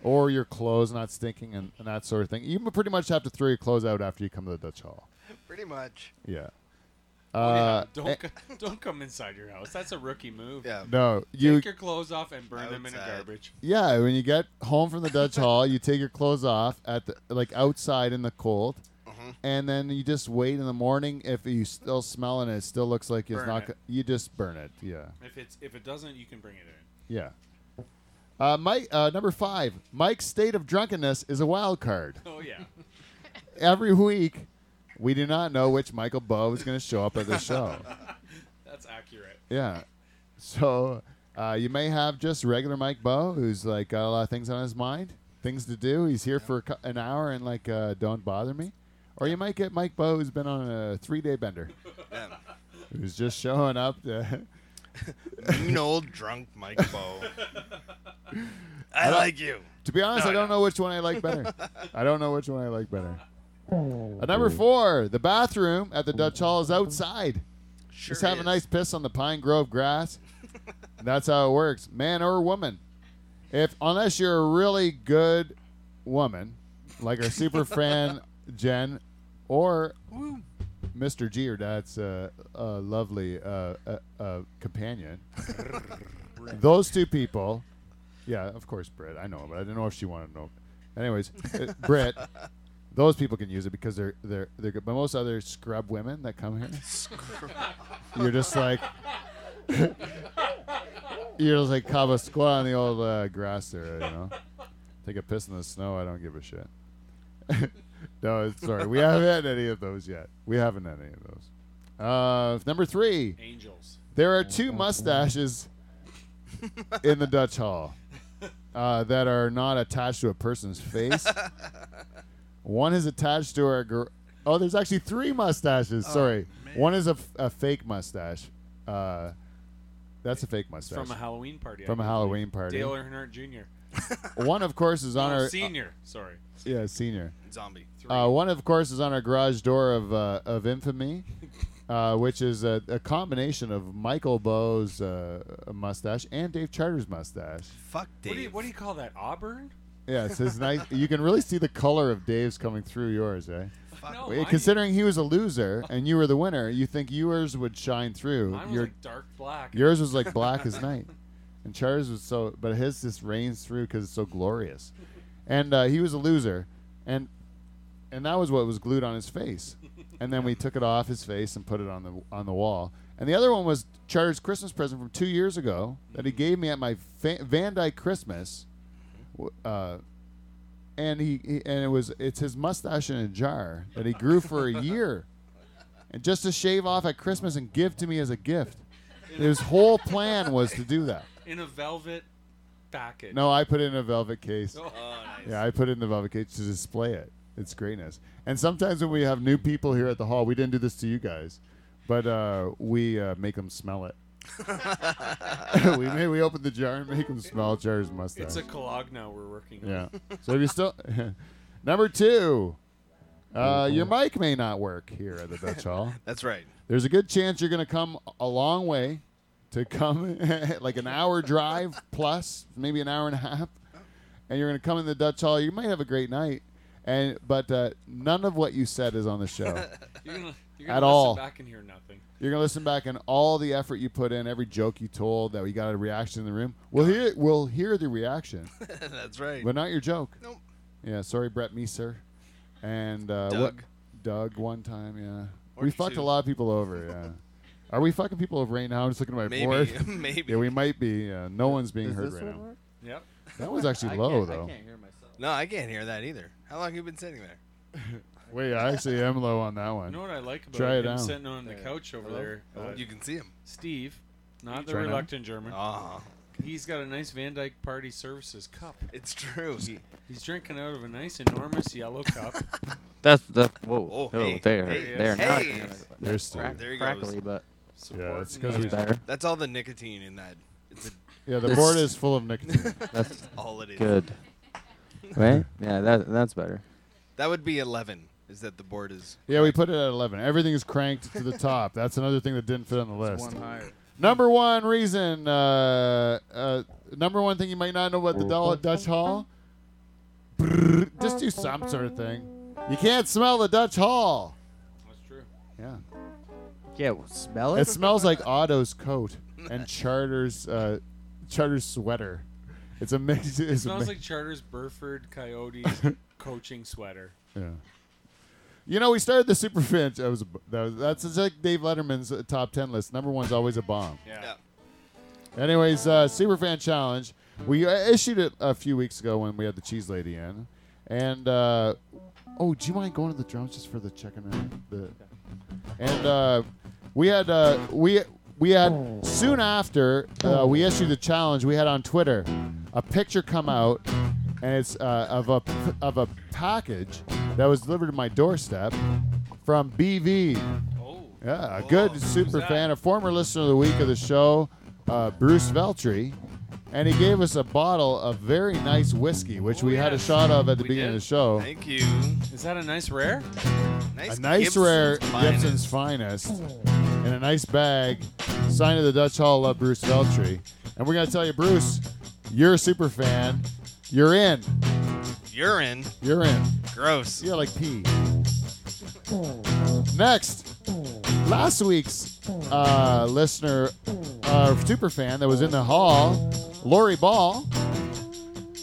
S1: or your clothes not stinking and, and that sort of thing, you pretty much have to throw your clothes out after you come to the Dutch Hall.
S3: Pretty much.
S1: Yeah.
S2: Oh, Yeah,
S1: Uh,
S2: don't
S1: eh,
S2: co- don't come inside your house. That's a rookie move.
S3: Yeah.
S1: no, you
S2: Take your clothes off and burn them in the
S3: Outside.
S2: garbage.
S1: Yeah, when you get home from the Dutch Hall, you take your clothes off at the like outside in the cold,
S2: Uh-huh.
S1: and then you just wait in the morning. If you still smell it, and it still looks like it's
S2: Burn
S1: not.
S2: it.
S1: go- You just burn it. Yeah,
S2: If it's if it doesn't, you can bring it in.
S1: yeah. Uh, Mike, uh, number five. Mike's state of drunkenness is a wild card.
S2: Oh yeah.
S1: Every week, we do not know which Michael Bo is going to show up at the show.
S2: That's accurate.
S1: Yeah. So uh, you may have just regular Mike Bo, who's like got a lot of things on his mind, things to do. He's here for a cou- an hour and like, uh, don't bother me. Or you might get Mike Bo, who's been on a three-day bender,
S3: Yeah.
S1: who's just showing up. To
S3: mean old drunk Mike Bo. I like you.
S1: To be honest,
S3: No,
S1: I don't
S3: no.
S1: know which one I like better. I don't know which one I like better. Uh, number four, the bathroom at the Dutch Hall is outside.
S3: Sure
S1: Just have a
S3: is.
S1: nice piss on the pine grove grass. That's how it works, man or woman. If unless you're a really good woman, like our super fan Jen, or Mr. G or Dad's uh, uh, lovely uh, uh, uh, companion, those two people. Yeah, of course, Britt. I know, but I didn't know if she wanted to know. Anyways, uh, Britt, Those people can use it because they're they're they're good. But most other scrub women that come here, you're just like you're just like have a squat on the old uh, grass there, you know. Take a piss in the snow. I don't give a shit. no, it's- sorry, we haven't had any of those yet. We haven't had any of those. Uh, number three.
S2: Angels.
S1: There are two mustaches in the Dutch Hall uh, that are not attached to a person's face. One is attached to our girl. Oh, there's actually three mustaches. Sorry,
S6: man.
S1: one is a, f- a fake mustache. Uh, that's a fake mustache
S2: From a Halloween party. Oh, I
S1: From a
S2: believe.
S1: Halloween party.
S2: Dale Earnhardt Jr.
S1: One, of course, is on
S2: No,
S1: our uh,
S2: senior. sorry.
S1: yeah senior.
S3: Zombie. Three.
S1: Uh, one, of course, is on our garage door of uh, of infamy, uh, which is a, a combination of Michael Bowe's uh, mustache and Dave Charter's mustache.
S6: Fuck Dave.
S2: What do, you, what do you call that? Auburn?
S1: Yeah, it's his nice. You can really see the color of Dave's coming through yours, eh?
S6: Fuck.
S2: No,
S1: Wait,
S2: mine-
S1: Considering he was a loser and you were the winner, you think yours would shine through.
S2: mine was
S1: Your
S2: like dark black.
S1: yours was like black as night, and Charter's was so. But his just rains through because it's so glorious, and uh, he was a loser, and and that was what was glued on his face, and then we took it off his face and put it on the on the wall. And the other one was Charter's Christmas present from two years ago that he gave me at my fa- Van Dyke Christmas. w- Uh, and he, he and it was it's his mustache in a jar that he grew for a year, and just to shave off at Christmas and give to me as a gift. His whole plan was to do that.
S2: in a velvet package.
S1: No, I put it in a velvet case.
S2: Oh,
S1: Yeah, I put it in the velvet cage to display it. It's greatness. And sometimes when we have new people here at the hall, we didn't do this to you guys, but uh, we uh, make them smell it. we may, we open the jar and make them smell Jar's mustache.
S2: it's a collage now we're working on.
S1: yeah. So if you still number two, uh, your mic may not work here at the Dutch Hall.
S3: That's right.
S1: There's a good chance you're going to come a long way to come like an hour drive plus, maybe an hour and a half, and you're going to come in the Dutch Hall. You might have a great night, and but uh, none of what you said is on the show.
S2: You're gonna, you're
S1: At
S2: gonna listen
S1: all.
S2: back and hear nothing.
S1: You're gonna listen back and all the effort you put in, every joke you told, that we got a reaction in the room. We'll hear, we'll hear the reaction,
S3: That's right.
S1: but not your joke.
S3: Nope.
S1: Yeah, sorry, Brett Meeser, and uh,
S3: Doug.
S1: what- Doug one time, yeah.
S3: Or
S1: we fucked
S3: two.
S1: a lot of people over. Yeah. Are we fucking people over right now? I'm just looking at my board.
S3: Maybe. Maybe.
S1: Yeah, we might be. Uh, no one's being heard right now.
S2: Yep.
S1: That was actually low, though.
S4: I can't hear myself.
S3: no, I can't hear that either. How long have you been sitting there?
S1: Wait, I actually am low on that
S2: You
S1: one.
S2: know what I like about
S1: Try it
S2: him
S1: out.
S2: sitting on the
S4: There.
S2: couch over
S4: Hello?
S2: there? Uh,
S3: You can see him.
S2: Steve, not the
S1: Try it out.
S2: reluctant German.
S3: Oh,
S2: He's got a nice Van Dyke Party Services cup.
S3: it's true. He-
S2: He's drinking out of a nice, enormous yellow cup.
S7: That's the whoa.
S3: Oh,
S7: Oh,
S3: hey,
S7: they're
S3: hey,
S7: they're not
S3: hey.
S1: There's Steve.
S7: crack,
S3: There he goes.
S7: crackly, but
S2: Supporting
S1: that's 'cause
S7: that's
S1: Yeah.
S2: the-
S7: better.
S3: That's all the nicotine in that. It's a,
S1: Yeah, the
S7: This-
S1: board is full of nicotine.
S7: That's
S3: all it is.
S7: good. Right? Yeah, that that's better.
S3: That would be 11. Is that the board is?
S1: yeah, we put it at 11. Everything is cranked to the top. That's another thing that didn't fit on the
S4: It's
S1: list.
S4: one higher.
S1: Number one reason, uh, uh, number one thing you might not know about the
S2: Oh.
S1: Dol- Dutch Hall. Brrr, just do some sort of thing. You can't smell the Dutch Hall.
S2: That's true.
S1: Yeah.
S7: Yeah, well, smell
S1: It smells like Otto's coat and Charter's uh, Charter's sweater. It's a mix. It's
S2: It
S1: a mix.
S2: smells like Charter's Burford Coyotes coaching sweater.
S1: yeah. You know, we started the super fan. That was, a b- that was that's it's like Dave Letterman's uh, top ten list. Number one's always a bomb.
S2: Yeah.
S3: Yeah.
S1: Anyways, uh, super fan challenge. We uh, issued it a few weeks ago when we had the cheese lady in, and uh, oh, do you mind going to the drums just for the checking out the? And uh, we had uh, we we had soon after uh, we issued the challenge, we had on Twitter a picture come out, and it's uh, of a of a package that was delivered to my doorstep from BV.
S2: Oh.
S1: Yeah, a
S3: Whoa,
S1: good
S3: who's
S1: super
S2: that?
S1: fan, a former listener of the week of the show, uh, Bruce Veltri, and he gave us a bottle of very nice whiskey, which
S2: Oh,
S1: we had a
S2: yes.
S1: shot of at the
S2: We
S1: beginning
S2: did.
S1: of the show.
S3: Thank you.
S2: Is that a nice rare?
S3: Nice
S1: A nice
S3: Gibson's
S1: rare
S3: finest.
S1: Gibson's finest in a nice bag, signed to the Dutch Hall of Bruce Veltri. And we're gonna tell you, Bruce, you're a super fan. You're in.
S3: Urine.
S1: You're in.
S3: Gross.
S1: Yeah, like pee. Next, last week's uh, listener, uh, super fan that was in the hall, Lori Ball.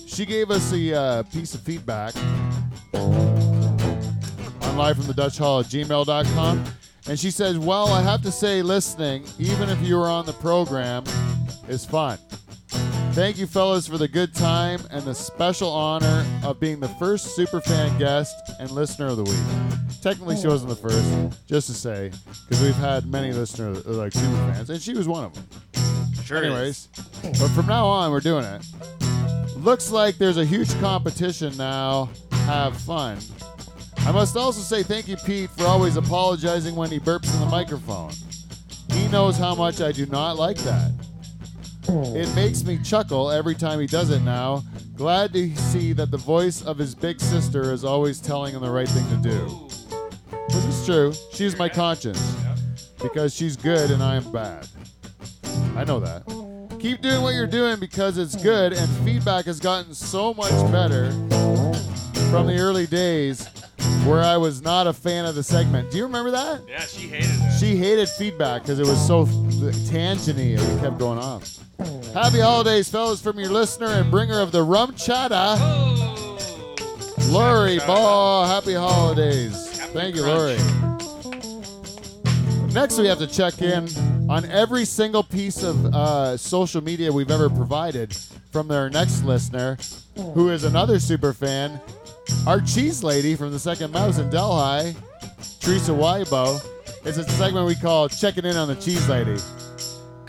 S1: She gave us a uh, piece of feedback on live from the Dutch Hall at gmail.com. And she says, Well, I have to say, listening, even if you were on the program, is fun. Thank you, fellas, for the good time and the special honor of being the first superfan guest and listener of the week. Technically, she wasn't the first, just to say, because we've had many listeners, like superfans, and she was one of them.
S3: Sure. is.
S1: Anyways, but from now on, we're doing it. Looks like there's a huge competition now. Have fun. I must also say thank you, Pete, for always apologizing when he burps in the microphone. He knows how much I do not like that. It makes me chuckle every time he does it now. Glad to see that the voice of his big sister is always telling him the right thing to do. Which is true. She's my conscience. Because she's good and I am bad. I know that. Keep doing what you're doing because it's good, and feedback has gotten so much better from the early days where I was not a fan of the segment. Do you remember that?
S6: Yeah, she hated that.
S1: She hated feedback because it was so tangenty and it kept going off. Happy holidays, fellas, from your listener and bringer of the rum chata, Lori Ball. Happy holidays. Thank you, Lori. Next, we have to check in on every single piece of uh, social media we've ever provided from our next listener, who is another super fan, our cheese lady from the Second Mouse in Delhi, Teresa Weibo. It's a segment we call Checking In on the Cheese Lady.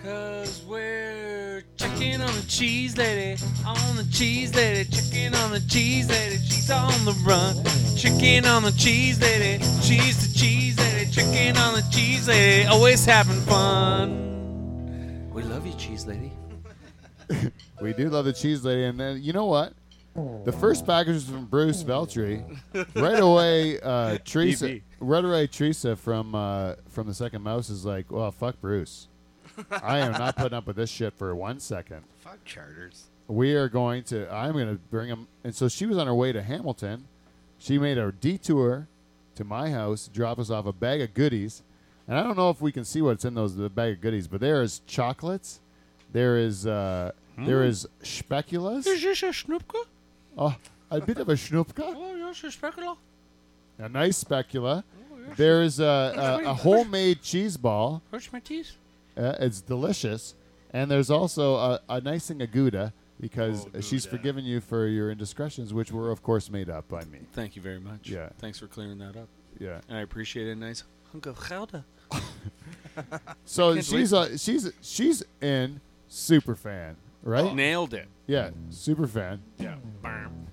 S2: Cause we're checking on the cheese lady, on the cheese lady, checking on the cheese lady, she's on the run. Checking on the cheese lady, she's the cheese lady, checking on the cheese lady, always having fun. We love you, cheese lady.
S1: We do love the cheese lady, and then you know what? The first package was from Bruce Veltri. Right away, uh, Teresa.
S2: BB.
S1: Right away, Teresa from uh, from the second mouse is like, "Well, fuck Bruce. I am not putting up with this shit for one second.
S3: Fuck charters.
S1: We are going to. I'm going to bring him." And so she was on her way to Hamilton. She made a detour to my house, drop us off a bag of goodies. And I don't know if we can see what's in those the bag of goodies, but there is chocolates. There is uh, there is speculas.
S2: this a snoopka?
S1: Oh, a bit of a schnupka,
S2: Oh, yes, a specular.
S1: a nice specula.
S6: Oh,
S1: There is a, a, a homemade cheese ball.
S2: Hurts my teeth.
S1: Uh, it's delicious, and there's also a, a nice thing a gouda because
S6: Oh,
S1: she's
S6: Gouda.
S1: forgiven you for your indiscretions, which were of course made up by me.
S2: Thank you very much.
S1: Yeah.
S2: Thanks for clearing that up.
S1: Yeah.
S2: And I appreciate a nice hunk of gouda.
S1: So
S2: Can't
S1: she's a, she's she's in super fan, right?
S6: Oh.
S2: Nailed it.
S1: Yeah, super fan.
S6: Yeah. Burn.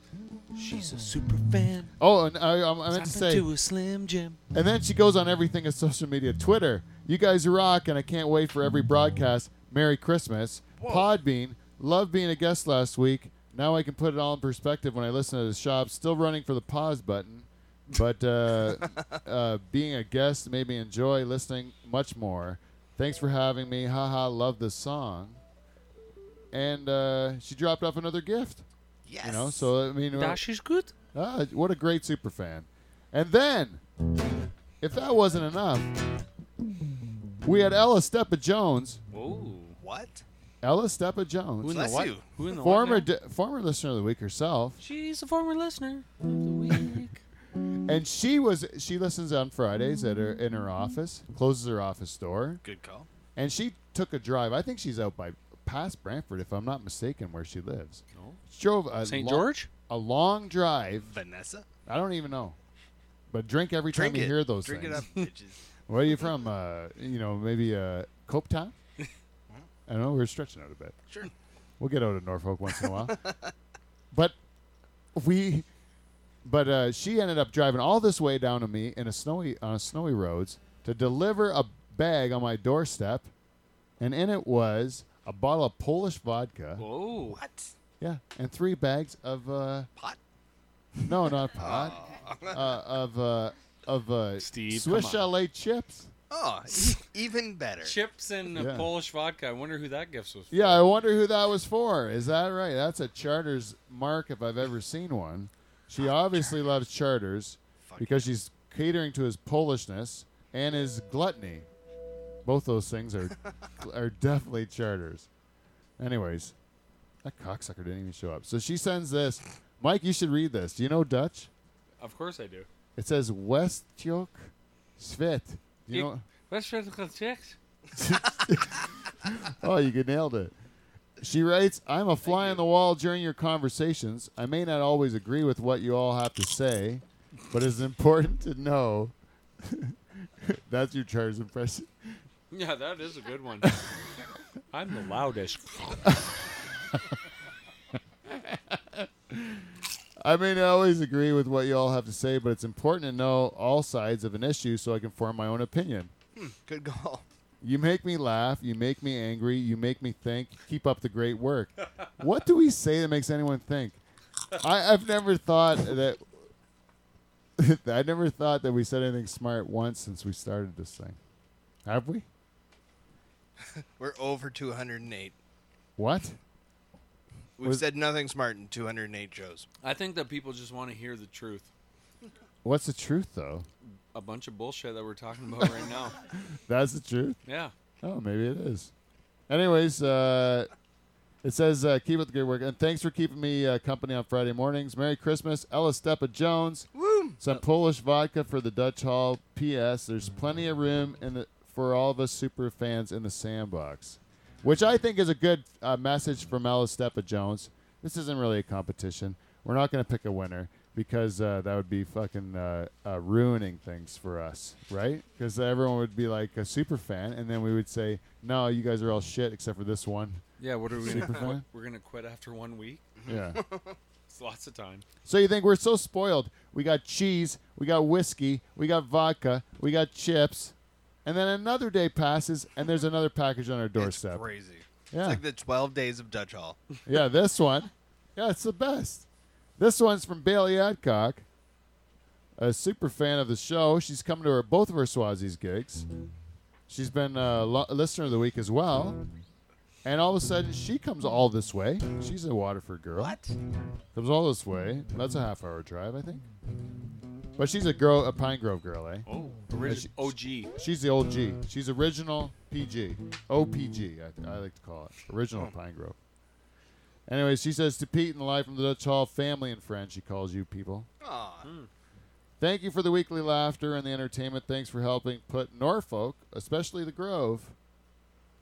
S2: She's a super fan.
S1: Oh, and I, I, I meant to
S2: Happened
S1: say,
S2: to a Slim Jim.
S1: And then she goes on everything as social media Twitter. You guys rock, and I can't wait for every broadcast. Merry Christmas. Podbean. Love being a guest last week. Now I can put it all in perspective when I listen to the shop. Still running for the pause button, but uh, uh, being a guest made me enjoy listening much more. Thanks for having me. Haha, love this song. And uh, she dropped off another gift.
S3: Yes.
S1: You know, so I mean,
S2: Dash is good.
S1: Ah, what a great super fan. And then, if that wasn't enough, we had Ella Steppa Jones.
S2: Whoa.
S3: what?
S1: Ella Steppa
S2: Who in
S1: Jones,
S2: the
S3: Bless
S2: what?
S3: you.
S2: Who in the what
S1: former
S2: now?
S1: di- former listener of the week herself,
S2: She's a former listener of the week.
S1: and she was she listens on Fridays at her in her office, closes her office door,
S3: Good call.
S1: and she took a drive. I think she's out by past Brantford, if I'm not mistaken, where she lives.
S2: No.
S1: She drove a
S2: St.
S1: lo-
S2: George?
S1: a long drive.
S3: Vanessa.
S1: I don't even know, but drink every
S3: Drink
S1: time you
S3: it.
S1: hear those
S3: Drink
S1: things.
S3: it up, bitches.
S1: Where are you from? Uh, you know, maybe uh, Cope Town? I don't know. We're stretching out a bit.
S3: Sure.
S1: We'll get out of Norfolk once in a while. but we, but uh, she ended up driving all this way down to me in a snowy on a snowy roads to deliver a bag on my doorstep, and in it was a bottle of Polish vodka.
S2: Whoa.
S3: What?
S1: Yeah, and three bags of uh,
S3: Pot?
S1: no, not pot, uh, of uh, of uh,
S6: Steve,
S1: Swiss
S6: come
S1: chalet chips.
S3: Oh, even better.
S2: Chips and uh
S1: Yeah.
S2: Polish vodka. I wonder who that gift was for.
S1: Yeah, I wonder who that was for. Is that right? That's a charters mark if I've ever seen one. She obviously loves charters
S3: Fuck
S1: because she's catering to his Polishness and his gluttony. Both those things are are definitely charters. Anyways, that cocksucker didn't even show up. So she sends this. Mike, you should read this. Do you know Dutch?
S2: Of course I do.
S1: It says Westjok Svet. Do you
S2: You-
S1: know?
S2: What's with the chicks?
S1: oh, you could nailed it. She writes, I'm a fly on the wall during your conversations. I may not always agree with what you all have to say, but it's important to know. That's your char's impression.
S2: Yeah, that is a good one. I'm the loudest.
S1: I may not always agree with what you all have to say, but it's important to know all sides of an issue so I can form my own opinion.
S3: Good call.
S1: You make me laugh. You make me angry. You make me think. Keep up the great work. what do we say that makes anyone think? I, I've never thought that. I never thought that we said anything smart once since we started this thing. Have we?
S3: We're over 208.
S1: What?
S3: We've
S1: Was-
S3: said nothing smart in 208 shows.
S2: I think that people just want to hear the truth.
S1: What's the truth, though?
S2: A bunch of bullshit that we're talking about right now.
S1: That's the truth?
S2: Yeah.
S1: Oh, maybe it is. Anyways, uh, it says uh, keep up the good work, and thanks for keeping me uh, company on Friday mornings. Merry Christmas, Ella Steppa Jones.
S3: Woo!
S1: Some Polish vodka for the Dutch Hall. P.S. There's plenty of room in the for all of us super fans in the sandbox, which I think is a good uh, message from Ella Steppa Jones. This isn't really a competition. We're not going to pick a winner because uh, that would be fucking uh, uh, ruining things for us, right? Because everyone would be like a super fan, and then we would say, "No, you guys are all shit except for this one."
S2: Yeah, what are we going to
S1: Super
S2: quit?
S1: fan?
S2: We're going to quit after one week?
S1: Yeah.
S2: It's lots of time.
S1: So you think we're so spoiled? We got cheese, we got whiskey, we got vodka, we got chips, and then another day passes, and there's another package on our
S3: It's
S1: doorstep.
S3: crazy.
S1: Yeah,
S3: It's like the 12 days of Dutch Hall.
S1: yeah, this one, yeah, it's the best. This one's from Bailey Adcock, a super fan of the show. She's coming to her, both of her Swazi's gigs. She's been a lo- listener of the week as well. And all of a sudden, she comes all this way. She's a Waterford girl.
S3: What?
S1: Comes all this way. That's a half hour drive, I think. But she's a girl, a Pine Grove girl, eh?
S2: Oh,
S1: she-
S2: OG.
S1: She's the old G. She's original PG. OPG, I, th- I like to call it. Original Pine Grove. Anyway, she says to Pete and live from the Dutch Hall family and friends, she calls you people.
S3: Aw.
S1: Thank you for the weekly laughter and the entertainment. Thanks for helping put Norfolk, especially the Grove,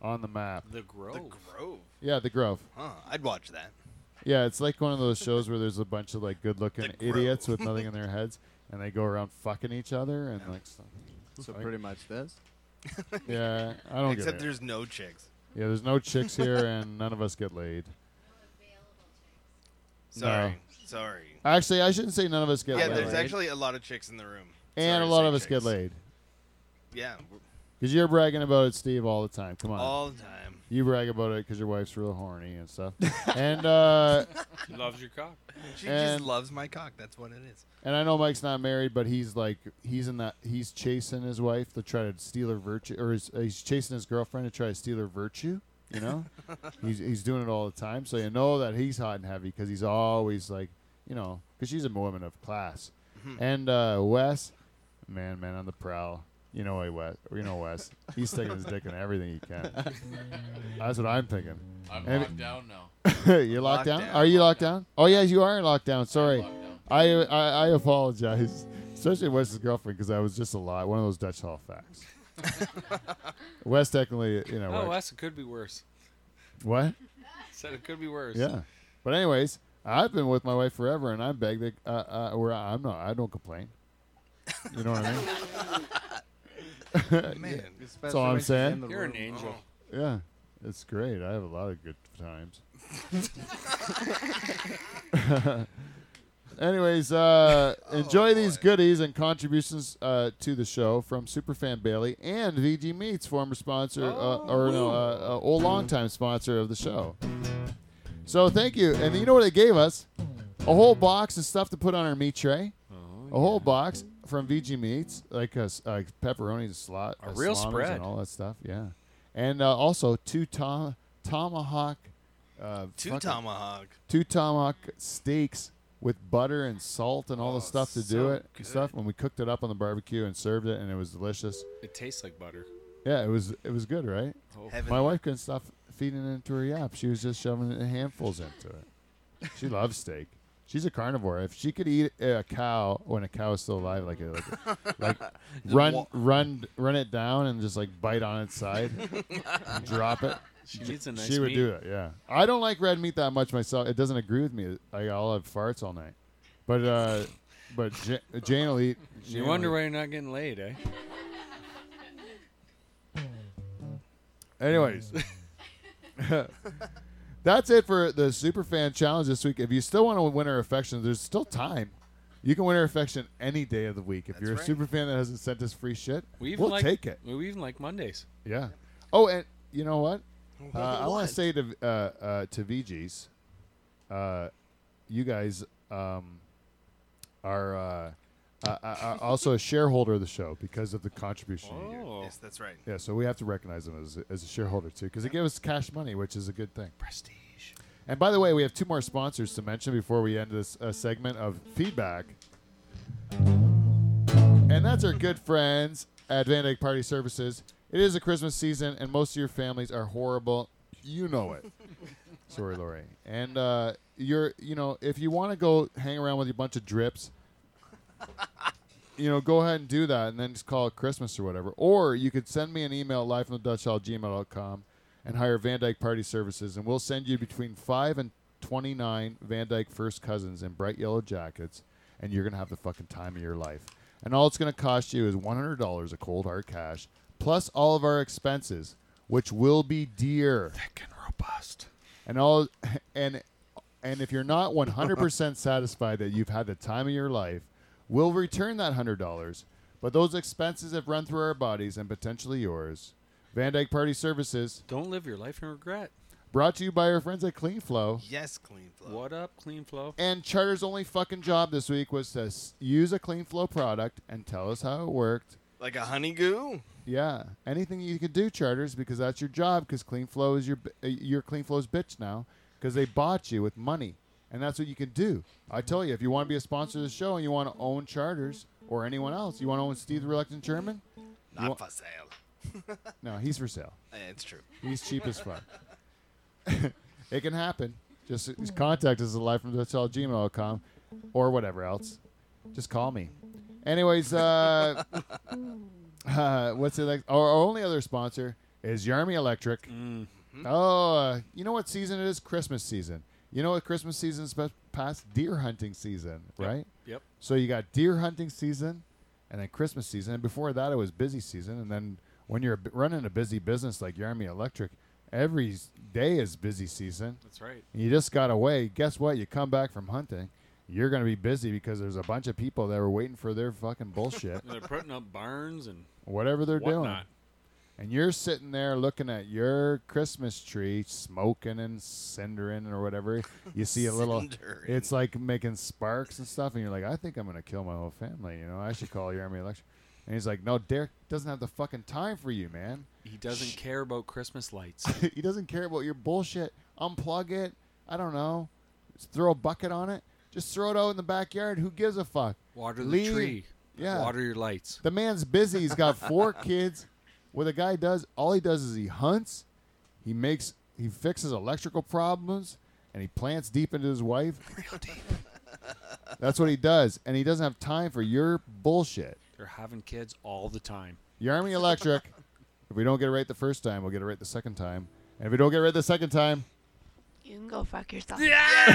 S1: on the map.
S2: The Grove.
S3: The
S1: Oh.
S3: Grove.
S1: Yeah, the Grove.
S3: Huh. I'd watch that.
S1: Yeah, it's like one of those shows where there's a bunch of like good-looking
S3: The Grove.
S1: idiots with nothing in their heads, and they go around fucking each other and like stuff.
S4: So
S1: Like-
S4: pretty much this.
S1: Yeah, I don't
S3: Except
S1: get it.
S3: there's no chicks.
S1: Yeah, there's no chicks here, and none of us get laid.
S3: Sorry. Sorry.
S1: Actually, I shouldn't say none of us get
S3: Yeah,
S1: laid,
S3: there's
S4: laid.
S3: actually a lot of chicks in the room.
S1: and
S3: Sorry
S1: a
S3: to
S1: lot
S3: say
S1: of us get
S3: chicks.
S1: laid.
S3: Yeah, w-
S1: Cause you're bragging about it, Steve, all the time. Come on,
S3: all the time.
S1: you brag about it because your wife's real horny and stuff. and uh,
S2: She loves your cock.
S3: She
S1: And-
S3: just loves my cock. That's what it is.
S1: and I know Mike's not married, but he's like he's in that he's chasing his wife to try to steal her virtue, or he's, he's chasing his girlfriend to try to steal her virtue. You know, he's he's doing it all the time, so you know that he's hot and heavy because he's always like, you know, because she's a woman of class.
S3: Mm-hmm.
S1: And uh, Wes, man, man on the prowl. You know, hey, Wes. You know, Wes. He's sticking his dick in everything he can. That's what I'm thinking.
S6: I'm
S1: And-
S6: locked down now.
S1: You're locked, down?
S3: Locked down.
S1: Are you locked down? Oh yeah, you are locked down. Sorry,
S6: Locked down.
S1: I I, I apologize, especially Wes's girlfriend because I was just a lie. One of those Dutch Hall facts. Wes technically, you know,
S2: Oh,
S1: worked-
S2: that's it could be worse.
S1: what?
S2: Said it could be worse.
S1: Yeah, but anyways, I've been with my wife forever, and I'm beg that uh, uh, where I'm not, I don't complain. You know what I mean?
S3: Man,
S4: That's
S1: Uh, all I'm saying.
S2: You're an angel.
S1: Oh. Yeah, it's great. I have a lot of good times. Anyways, uh,
S2: Oh,
S1: enjoy these
S3: boy.
S1: goodies and contributions uh, to the show from Superfan Bailey and VG Meats, former sponsor
S2: Oh,
S1: uh, or no, uh, uh, old longtime sponsor of the show. So thank you, and you know what they gave us? A whole box of stuff to put on our meat tray.
S2: Oh,
S1: a whole box from VG Meats, like uh, s- uh, pepperonis and slot,
S2: A
S1: uh,
S2: real
S1: salamis
S2: spread.
S1: and all that stuff. Yeah, and uh, also two tom- tomahawk, uh,
S3: two
S1: fucking-
S3: tomahawk.
S1: two tomahawk steaks with butter and salt and all the
S3: Oh,
S1: stuff to do
S3: so
S1: it and stuff. When we cooked it up on the barbecue and served it, and it was delicious.
S2: It tastes like butter.
S1: Yeah, it was it was good, right?
S3: Heaven.
S1: My wife couldn't stop feeding it into her yap. She was just shoving it in handfuls into it. She loves steak. She's a carnivore. If she could eat a cow when a cow is still alive, like a, like, like run,
S3: wa-
S1: run, run it down and just like bite on its side, and drop it.
S2: She needs a nice
S1: she would
S2: meat.
S1: do it. Yeah, I don't like red meat that much myself. It doesn't agree with me. I, I'll have farts all night, but uh, but J- Jane will eat. Jane
S2: You
S1: will
S2: wonder
S1: eat.
S2: why you're not getting laid, eh?
S1: Anyways, that's it for the Superfan Challenge this week. If you still want to win our affection, there's still time. You can win our affection any day of the week. If you're a
S3: right.
S1: super fan that hasn't sent us free shit,
S2: We even
S1: we'll
S2: like,
S1: take it.
S2: We even like Mondays.
S1: Yeah. Oh, and you know what? Uh, I want to say to uh, uh, to VGs, uh, you guys um, are uh, uh, uh, also a shareholder of the show because of the contribution you do.
S2: Oh,
S3: Yes, that's right.
S1: Yeah, so we have to recognize them as, as a shareholder too, because they give us cash money, which is a good thing.
S2: prestige.
S1: And by the way, we have two more sponsors to mention before we end this uh, segment of feedback. And that's our good friends at Van Dyke Party Services. It is a Christmas season, and most of your families are horrible. You know it. Sorry, Lori. And uh, you're, you know, if you want to go hang around with a bunch of drips, you know, go ahead and do that, and then just call it Christmas or whatever. Or you could send me an email live from the Dutch Hall gmail.com and hire Van Dyke Party Services, and we'll send you between five and twenty-nine Van Dyke first cousins in bright yellow jackets, and you're gonna have the fucking time of your life. And all it's gonna cost you is one hundred dollars of cold hard cash, plus all of our expenses, which will be dear
S2: Fucking robust.
S1: and all and and if you're not 100% satisfied that you've had the time of your life we'll return that $100 but those expenses have run through our bodies and potentially yours van dyke party services
S2: Don't live your life in regret.
S1: brought to you by our friends at clean flow
S3: Yes, clean flow.
S2: What up, Clean Flow?
S1: and charter's only fucking job this week was to s- use a clean flow product and tell us how it worked
S3: Like a honey goo?
S1: yeah anything you could do charters because that's your job because clean flow is your b- uh, your clean flow's bitch now because they bought you with money and that's what you can do i tell you if you want to be a sponsor of the show and you want to own charters or anyone else you want to own steve the reluctant german
S3: Not
S1: want-
S3: for sale.
S1: no he's for sale
S3: Eh, it's true.
S1: he's cheap as fuck it can happen just, uh, just contact us at live from gmail.com or whatever else just call me anyways uh, uh what's the next our only other sponsor is yarmy electric Oh, uh, you know what season it is? Christmas season. You know what Christmas season is best past deer hunting season, right?
S2: Yep.
S1: So you got deer hunting season, and then Christmas season. And before that, it was busy season. And then when you're b- running a busy business like Yarmy Electric, every s- day is busy season.
S2: That's right.
S1: And you just got away. Guess what? You come back from hunting, you're gonna be busy because there's a bunch of people that were waiting for their fucking bullshit,
S2: They're putting up barns and
S1: whatever they're doing
S2: whatnot.
S1: and you're sitting there looking at your Christmas tree, smoking and cindering or whatever. You see a little,
S3: Cindering.
S1: it's like making sparks and stuff, and you're like, I think I'm gonna kill my whole family. You know, I should call your army election. And he's like, No, Derek doesn't have the fucking time for you, man.
S2: He doesn't care about Christmas lights.
S1: he doesn't care about your bullshit. Unplug it. I don't know. Just throw a bucket on it. Just throw it out in the backyard. Who gives a fuck?
S2: Water the
S1: Leave-
S2: tree.
S1: Yeah.
S2: Water your lights.
S1: The man's busy. He's got four kids. What the guy does, all he does is he hunts, he makes, he fixes electrical problems, and he plants deep into his wife. Real deep. That's what he does, and he doesn't have time for your bullshit.
S2: They're having kids all the time.
S1: Your Army Electric. if we don't get it right the first time, we'll get it right the second time, and if we don't get it right the second time,
S5: You can go fuck yourself.
S1: yeah.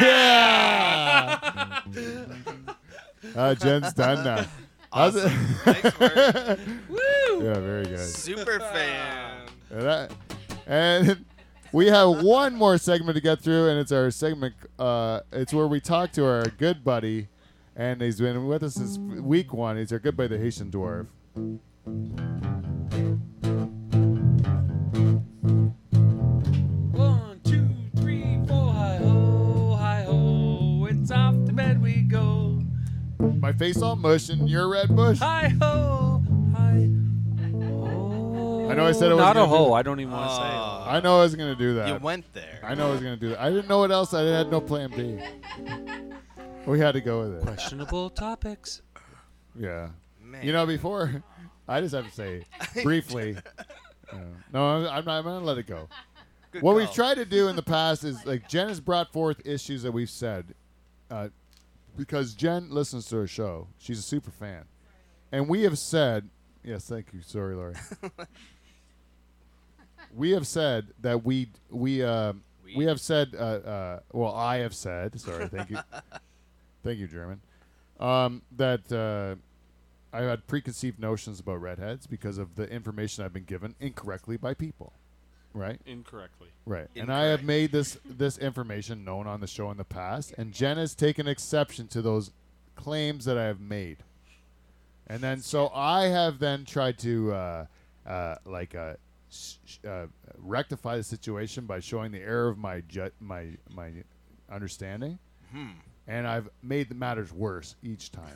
S1: uh, Jen's done now. How's it-
S3: Nice work.
S1: yeah, very good.
S3: Super fan.
S1: And, that- and we have one more segment to get through, and it's our segment. Uh, it's where we talk to our good buddy, and he's been with us since week one. He's our good buddy, the Haitian dwarf.
S2: One, two, three, four, hi ho, hi ho. It's off to bed we go.
S1: My face all mush and your red bush.
S2: Hi ho, hi ho.
S1: I know I said it was
S2: not a
S1: gonna
S2: hoe.
S1: do-
S2: I don't even want to say
S3: Oh.
S1: I know I was gonna do
S3: You
S1: that.
S3: went there.
S1: I know I was gonna do that. I didn't know what else. I had no plan B. We had to go with
S2: it.
S1: it.
S2: Questionable topics.
S1: Yeah.
S3: Man.
S1: You know, before I just have to say briefly. uh, no, I'm, I'm not. I'm gonna let it go.
S3: Good
S1: what
S3: call.
S1: we've tried to do in the past is like Jen has brought forth issues that we've said, uh, because Jen listens to her show. She's a super fan, and we have said yes. Thank you. Sorry, Lori. we have said that we we uh, we have said uh, uh, well. I have said sorry. Thank you. thank you, German. Um, that. Uh, I had preconceived notions about redheads because of the information I've been given incorrectly by people, right?
S6: incorrectly.
S1: Right. And I have
S3: Incorrect.
S1: made this this information known on the show in the past, and Jen has taken exception to those claims that I have made. And then so I have then tried to uh, uh, like uh, sh- sh- uh, rectify the situation by showing the error of my ju- my my understanding. And I've made the matters worse each time.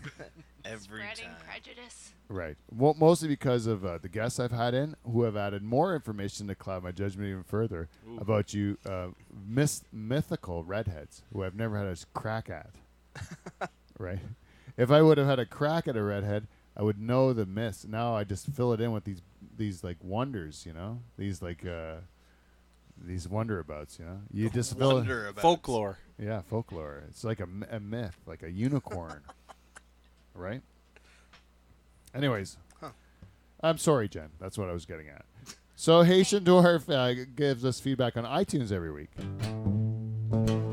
S3: Every
S5: Spreading
S3: time.
S5: prejudice.
S1: Right. Well, mostly because of uh, the guests I've had in who have added more information to cloud my judgment even further about you uh, mis- mythical redheads who I've never had a s- crack at. right. If I would have had a crack at a redhead, I would know the myths. Now I just fill it in with these these like wonders, you know, these like uh, these wonderabouts, you know. You just fill it-
S3: Wonder about
S6: Folklore.
S1: yeah, folklore. It's like a, m- a myth, like a unicorn, right? Anyways, I'm sorry, Jen. That's what I was getting at. So Haitian Dwarf uh, g- gives us feedback on iTunes every week.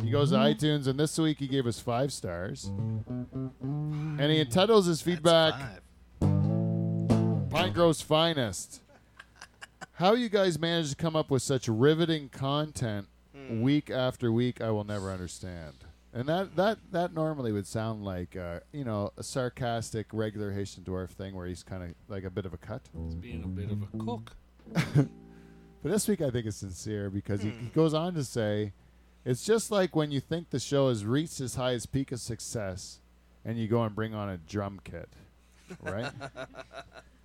S1: He goes to iTunes, and this week he gave us five stars, and he entitles his
S3: That's
S1: feedback
S3: five.
S1: Pinegrove's Finest. How you guys manage to come up with such riveting content week after week, I will never understand. And that that that normally would sound like uh, you know a sarcastic regular Haitian dwarf thing where he's kind of like a bit of a cut.
S6: It's being a bit of a cook.
S1: But this week I think it's sincere because he, he goes on to say, it's just like when you think the show has reached its highest peak of success, and you go and bring on a drum kit, right?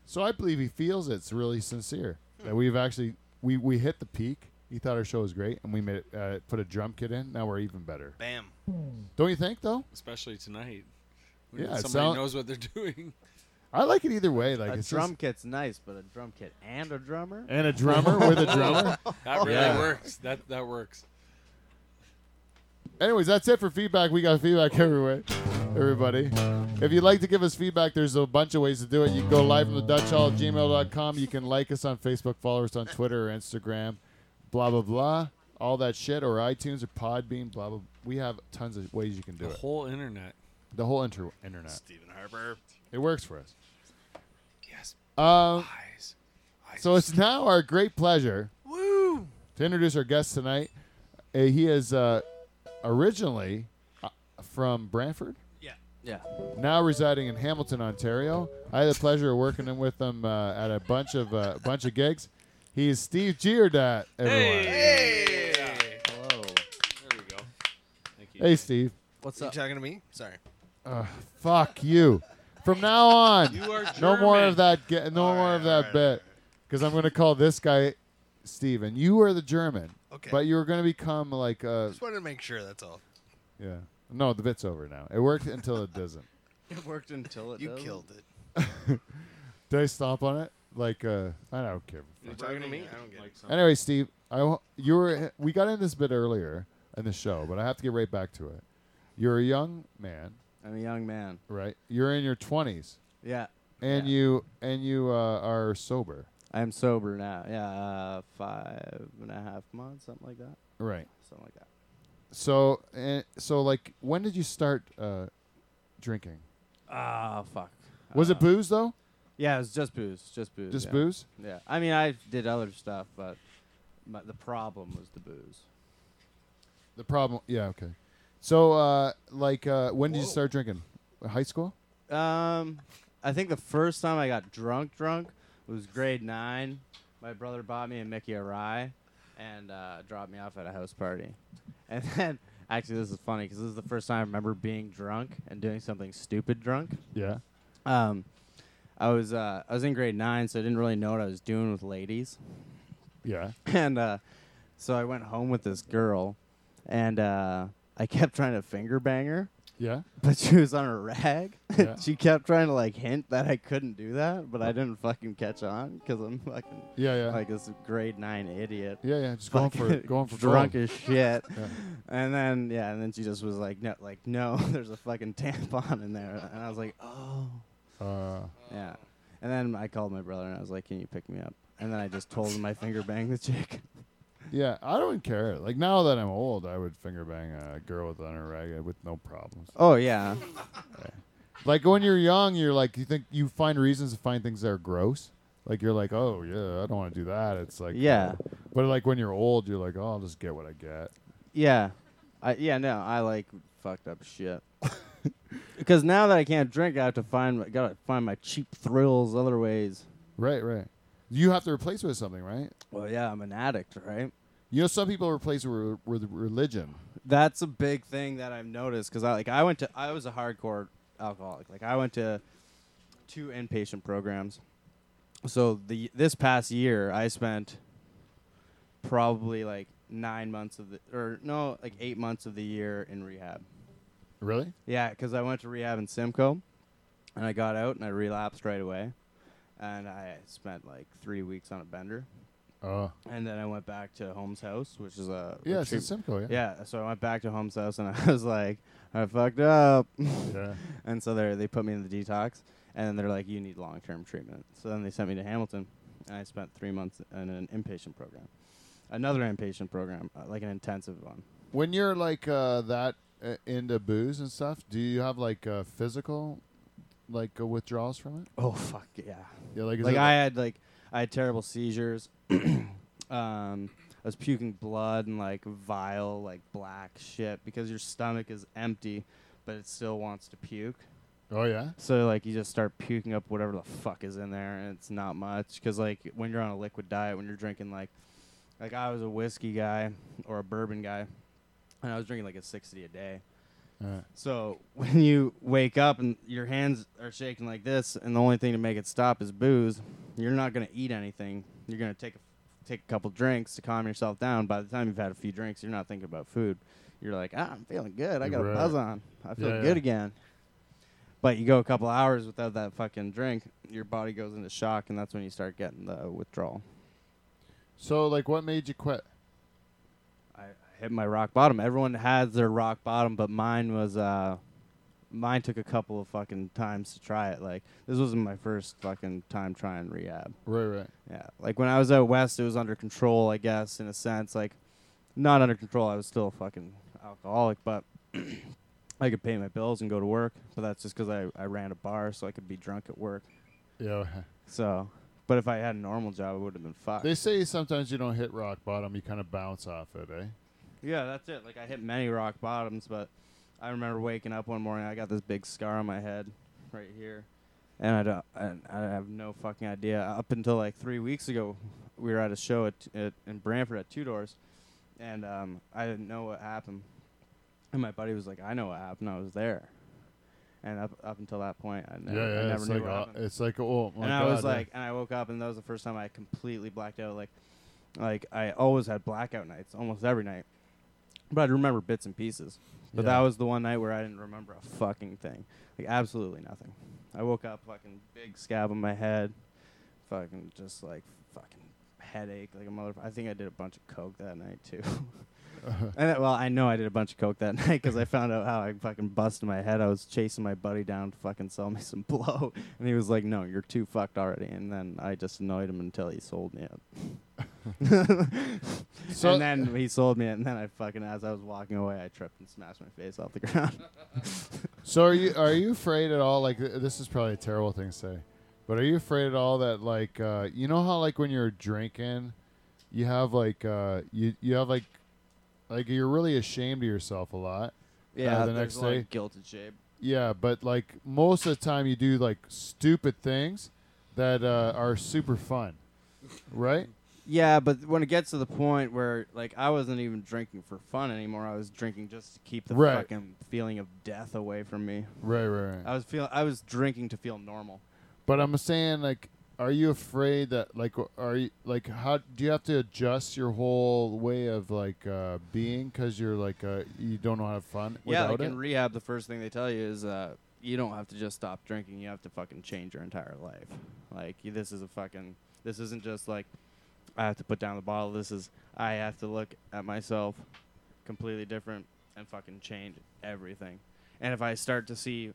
S1: so I believe he feels it's really sincere that we've actually we we hit the peak. He thought our show was great, and we made it, uh, put a drum kit in. Now we're even better,
S3: Bam.
S1: don't you think? Though
S6: Especially tonight.
S1: Yeah, it
S6: somebody
S1: sound-
S6: knows what they're doing.
S1: I like it either way. Like
S4: a
S1: it's
S4: drum
S1: just-
S4: kit's nice, but a drum kit and a drummer.
S1: and a drummer with a drummer.
S6: That really
S4: Yeah.
S6: works. That that works.
S1: Anyways, that's it for feedback. We got feedback everywhere, everybody. If you'd like to give us feedback, there's a bunch of ways to do it. You can go live from the Dutch Hall at gmail.com. You can like us on Facebook, follow us on Twitter or Instagram, blah, blah, blah. All that shit, or iTunes or Podbean, blah, blah. We have tons of ways you can do
S6: The
S1: it.
S6: whole internet.
S1: The whole inter- internet.
S3: Stephen Harper.
S1: It works for us.
S6: Yes.
S1: Um,
S6: Eyes. Eyes.
S1: so it's now our great pleasure
S3: Woo.
S1: to introduce our guest tonight. Uh, he is uh, originally uh, from Brantford.
S3: Yeah.
S4: Yeah.
S1: now residing in Hamilton, Ontario. I had the pleasure of working with him uh, at a bunch of uh, bunch of gigs. He is Steve Giordat, everyone. Hey,
S3: Hey.
S1: Eh.
S4: Hello.
S6: There we go. Thank you.
S1: Steve.
S4: What's
S3: You
S4: up?
S3: talking to me? Sorry.
S1: Ugh, fuck you. From now on,
S6: You are
S1: no more
S6: German.
S1: of that. Ge- no
S3: All
S1: more
S3: right,
S1: of
S3: all
S1: that
S3: right, all
S1: bit, because I'm going to call this guy Steve, and you are the German.
S3: Okay.
S1: But you're going to become like, uh,
S3: Just wanted to make sure. That's all.
S1: yeah. No, the bit's over now. It worked until it doesn't.
S4: It worked until it.
S3: You
S4: doesn't.
S3: killed it.
S1: Did I stomp on it? Like, uh, I don't care.
S6: You're
S3: talking to me? I don't get it.
S1: Anyway, Steve, I wa- you were we got in this bit earlier in the show, but I have to get right back to it. You're a young man,
S4: I'm a young man.
S1: right? You're in your 20s,
S4: Yeah.
S1: and
S4: Yeah.
S1: you and you uh, are sober,
S4: I'm sober now. Yeah. Uh, five and a half months, something like that.
S1: right?
S4: Something like that.
S1: So and so, like, when did you start uh, drinking?
S4: Ah,
S1: Oh,
S4: fuck.
S1: Was
S4: Uh,
S1: it booze though?
S4: Yeah, it was just booze. Just booze.
S1: Just
S4: yeah.
S1: booze?
S4: Yeah. I mean, I did other stuff, but my, the problem was the booze.
S1: The problem? Yeah, okay. So, uh, like, uh, when did you start drinking? High school?
S4: Um, I think the first time I got drunk, drunk was grade nine. My brother bought me and Mickey a rye, and uh, dropped me off at a house party. And then, actually, this is funny because this is the first time I remember being drunk and doing something stupid drunk.
S1: Yeah.
S4: Um, I was uh, I was in grade nine, so I didn't really know what I was doing with ladies
S1: Yeah.
S4: and uh, so I went home with this girl, and uh, I kept trying to finger bang her,
S1: Yeah.
S4: but she was on a rag.
S1: Yeah.
S4: she kept trying to like hint that I couldn't do that, but I didn't fucking catch on because I'm fucking
S1: Yeah. Yeah.
S4: like this grade nine idiot.
S1: yeah. Yeah. Just going for it.
S4: Fucking
S1: Going for
S4: drunk
S1: gold.
S4: as shit.
S1: Yeah.
S4: And then yeah, and then she just was like, no, like no, there's a fucking tampon in there, and I was like, oh
S1: Uh,
S4: yeah. And then I called my brother and I was like, can you pick me up? And then I just told him I finger banged the chick.
S1: yeah. I don't care. Like now that I'm old, I would finger bang a girl with on her rag with no problems.
S4: Oh yeah,
S1: Like when you're young, you're like you think you find reasons to find things that are gross. Like you're like, oh yeah, I don't want to do that. It's like
S4: Yeah.
S1: But like when you're old, you're like, oh, I'll just get what I get.
S4: yeah, I yeah no, I like fucked up shit. Because now that I can't drink, I have to find my- gotta find my cheap thrills other ways.
S1: Right. Right. You have to replace it with something, right?
S4: Well yeah, I'm an addict, right?
S1: You know, some people replace it with, with religion.
S4: That's a big thing that I've noticed because I like I went to I was a hardcore alcoholic. Like I went to two inpatient programs. So the this past year I spent probably like nine months of the or no like eight months of the year in rehab.
S1: Really?
S4: Yeah, because I went to rehab in Simcoe, and I got out and I relapsed right away, and I spent like three weeks on a bender,
S1: Uh,
S4: and then I went back to Holmes' house, which is a
S1: yeah, it's in
S4: retreat-
S1: Simcoe. Yeah.
S4: yeah, so I went back to Holmes' house and I was like, I fucked up.
S1: Yeah.
S4: and so they they put me in the detox and then they're like, you need long term treatment. So then they sent me to Hamilton and I spent three months in an inpatient program, another inpatient program, uh, like an intensive one.
S1: When you're like uh, that uh, into booze and stuff, do you have like uh, physical, like uh, withdrawals from it?
S4: Oh fuck yeah!
S1: Yeah, like, is
S4: Like
S1: it-
S4: I had like I had terrible seizures. um, I was puking blood and like vile like black shit because your stomach is empty, but it still wants to puke.
S1: oh yeah,
S4: So like you just start puking up whatever the fuck is in there, and it's not much because like when you're on a liquid diet, when you're drinking like, like I was a whiskey guy or a bourbon guy, and I was drinking like a sixty a day.
S1: Alright.
S4: So when you wake up and your hands are shaking like this, and the only thing to make it stop is booze, you're not gonna eat anything. You're gonna take a, take a couple drinks to calm yourself down. By the time you've had a few drinks, you're not thinking about food. You're like, ah, I'm feeling good. I got
S1: Right.
S4: a buzz on. I feel
S1: Yeah,
S4: good
S1: yeah.
S4: again. But you go a couple hours without that fucking drink, your body goes into shock, and that's when you start getting the withdrawal.
S1: So like, what made you quit?
S4: I, I hit my rock bottom. Everyone has their rock bottom, but mine was uh mine took a couple of fucking times to try it. Like this wasn't my first fucking time trying rehab.
S1: Right, right.
S4: Yeah. Like when I was out west it was under control, I guess, in a sense. Like not under control, I was still a fucking alcoholic, but I could pay my bills and go to work, but that's just because I, I ran a bar so I could be drunk at work.
S1: Yeah.
S4: So but if I had a normal job I would have been fucked.
S1: They say sometimes you don't hit rock bottom; you kind of bounce off it, eh?
S4: Yeah, that's it. Like I hit many rock bottoms, but I remember waking up one morning. I got this big scar on my head, right here, and I don't. And I have no fucking idea. Up until like three weeks ago, we were at a show at, at in Brantford at Two Doors, and um, I didn't know what happened. And my buddy was like, "I know what happened. I was there." And up up until that point, I never,
S1: yeah, yeah.
S4: I never
S1: it's
S4: knew
S1: like
S4: what
S1: uh,
S4: happened
S1: it's like oh my
S4: and
S1: god.
S4: I was
S1: yeah.
S4: like, and I woke up, and that was the first time I completely blacked out. Like, like I always had blackout nights, almost every night, but I'd remember bits and pieces. But
S1: Yeah.
S4: that was the one night where I didn't remember a fucking thing, like absolutely nothing. I woke up, fucking big scab on my head, fucking just like fucking headache, like a mother. I think I did a bunch of coke that night too. And that, well, I know I did a bunch of coke that night because I found out how I fucking busted my head. I was chasing my buddy down to fucking sell me some blow, and he was like, "No, you're too fucked already." And then I just annoyed him until he sold me it.
S1: So-
S4: and then he sold me it, and then I fucking, as I was walking away, I tripped and smashed my face off the ground.
S1: So are you are you afraid at all? Like th- this is probably a terrible thing to say, but are you afraid at all that like uh, you know how like when you're drinking, you have like uh, you you have like like you're really ashamed of yourself a lot. Yeah, the next day.
S4: guilted shape.
S1: Yeah, but like most of the time you do like stupid things that uh, are super fun, right?
S4: Yeah, but when it gets to the point where like I wasn't even drinking for fun anymore, I was drinking just to keep the
S1: Right.
S4: fucking feeling of death away from me.
S1: Right, right, right.
S4: I was feel I was drinking to feel normal.
S1: But I'm saying like. are you afraid that like are you like how do you have to adjust your whole way of like uh, being because you're like uh, you don't know how to have fun
S4: yeah,
S1: without
S4: like in
S1: it?
S4: rehab, the first thing they tell you is uh, you don't have to just stop drinking. You have to fucking change your entire life. Like y- this is a fucking this isn't just like I have to put down the bottle. This is I have to look at myself completely different and fucking change everything. And if I start to see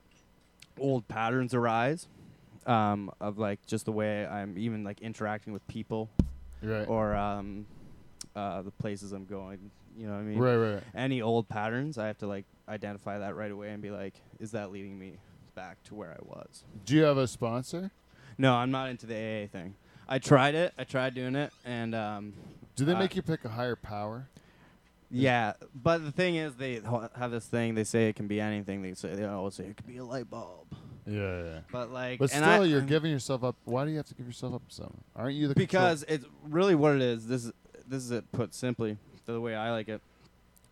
S4: old patterns arise um, of like just the way I'm even like interacting with people
S1: right.
S4: or um, uh, the places I'm going, you know what I mean?
S1: right, right, right.
S4: any old patterns, I have to like identify that right away and be like, is that leading me back to where I was?
S1: Do you have a sponsor?
S4: No, I'm not into the AA thing. I tried it. I tried doing it, and um,
S1: Do they
S4: Uh,
S1: make you pick a higher power?
S4: yeah. But the thing is, they ho- have this thing. They say it can be anything. They say they always say it could be a light bulb.
S1: Yeah, yeah.
S4: But like,
S1: But
S4: and
S1: still,
S4: I-
S1: you're giving yourself up. Why do you have to give yourself up to something? Aren't you the control-
S4: because it's really what it is. This is this is it put simply the way I like it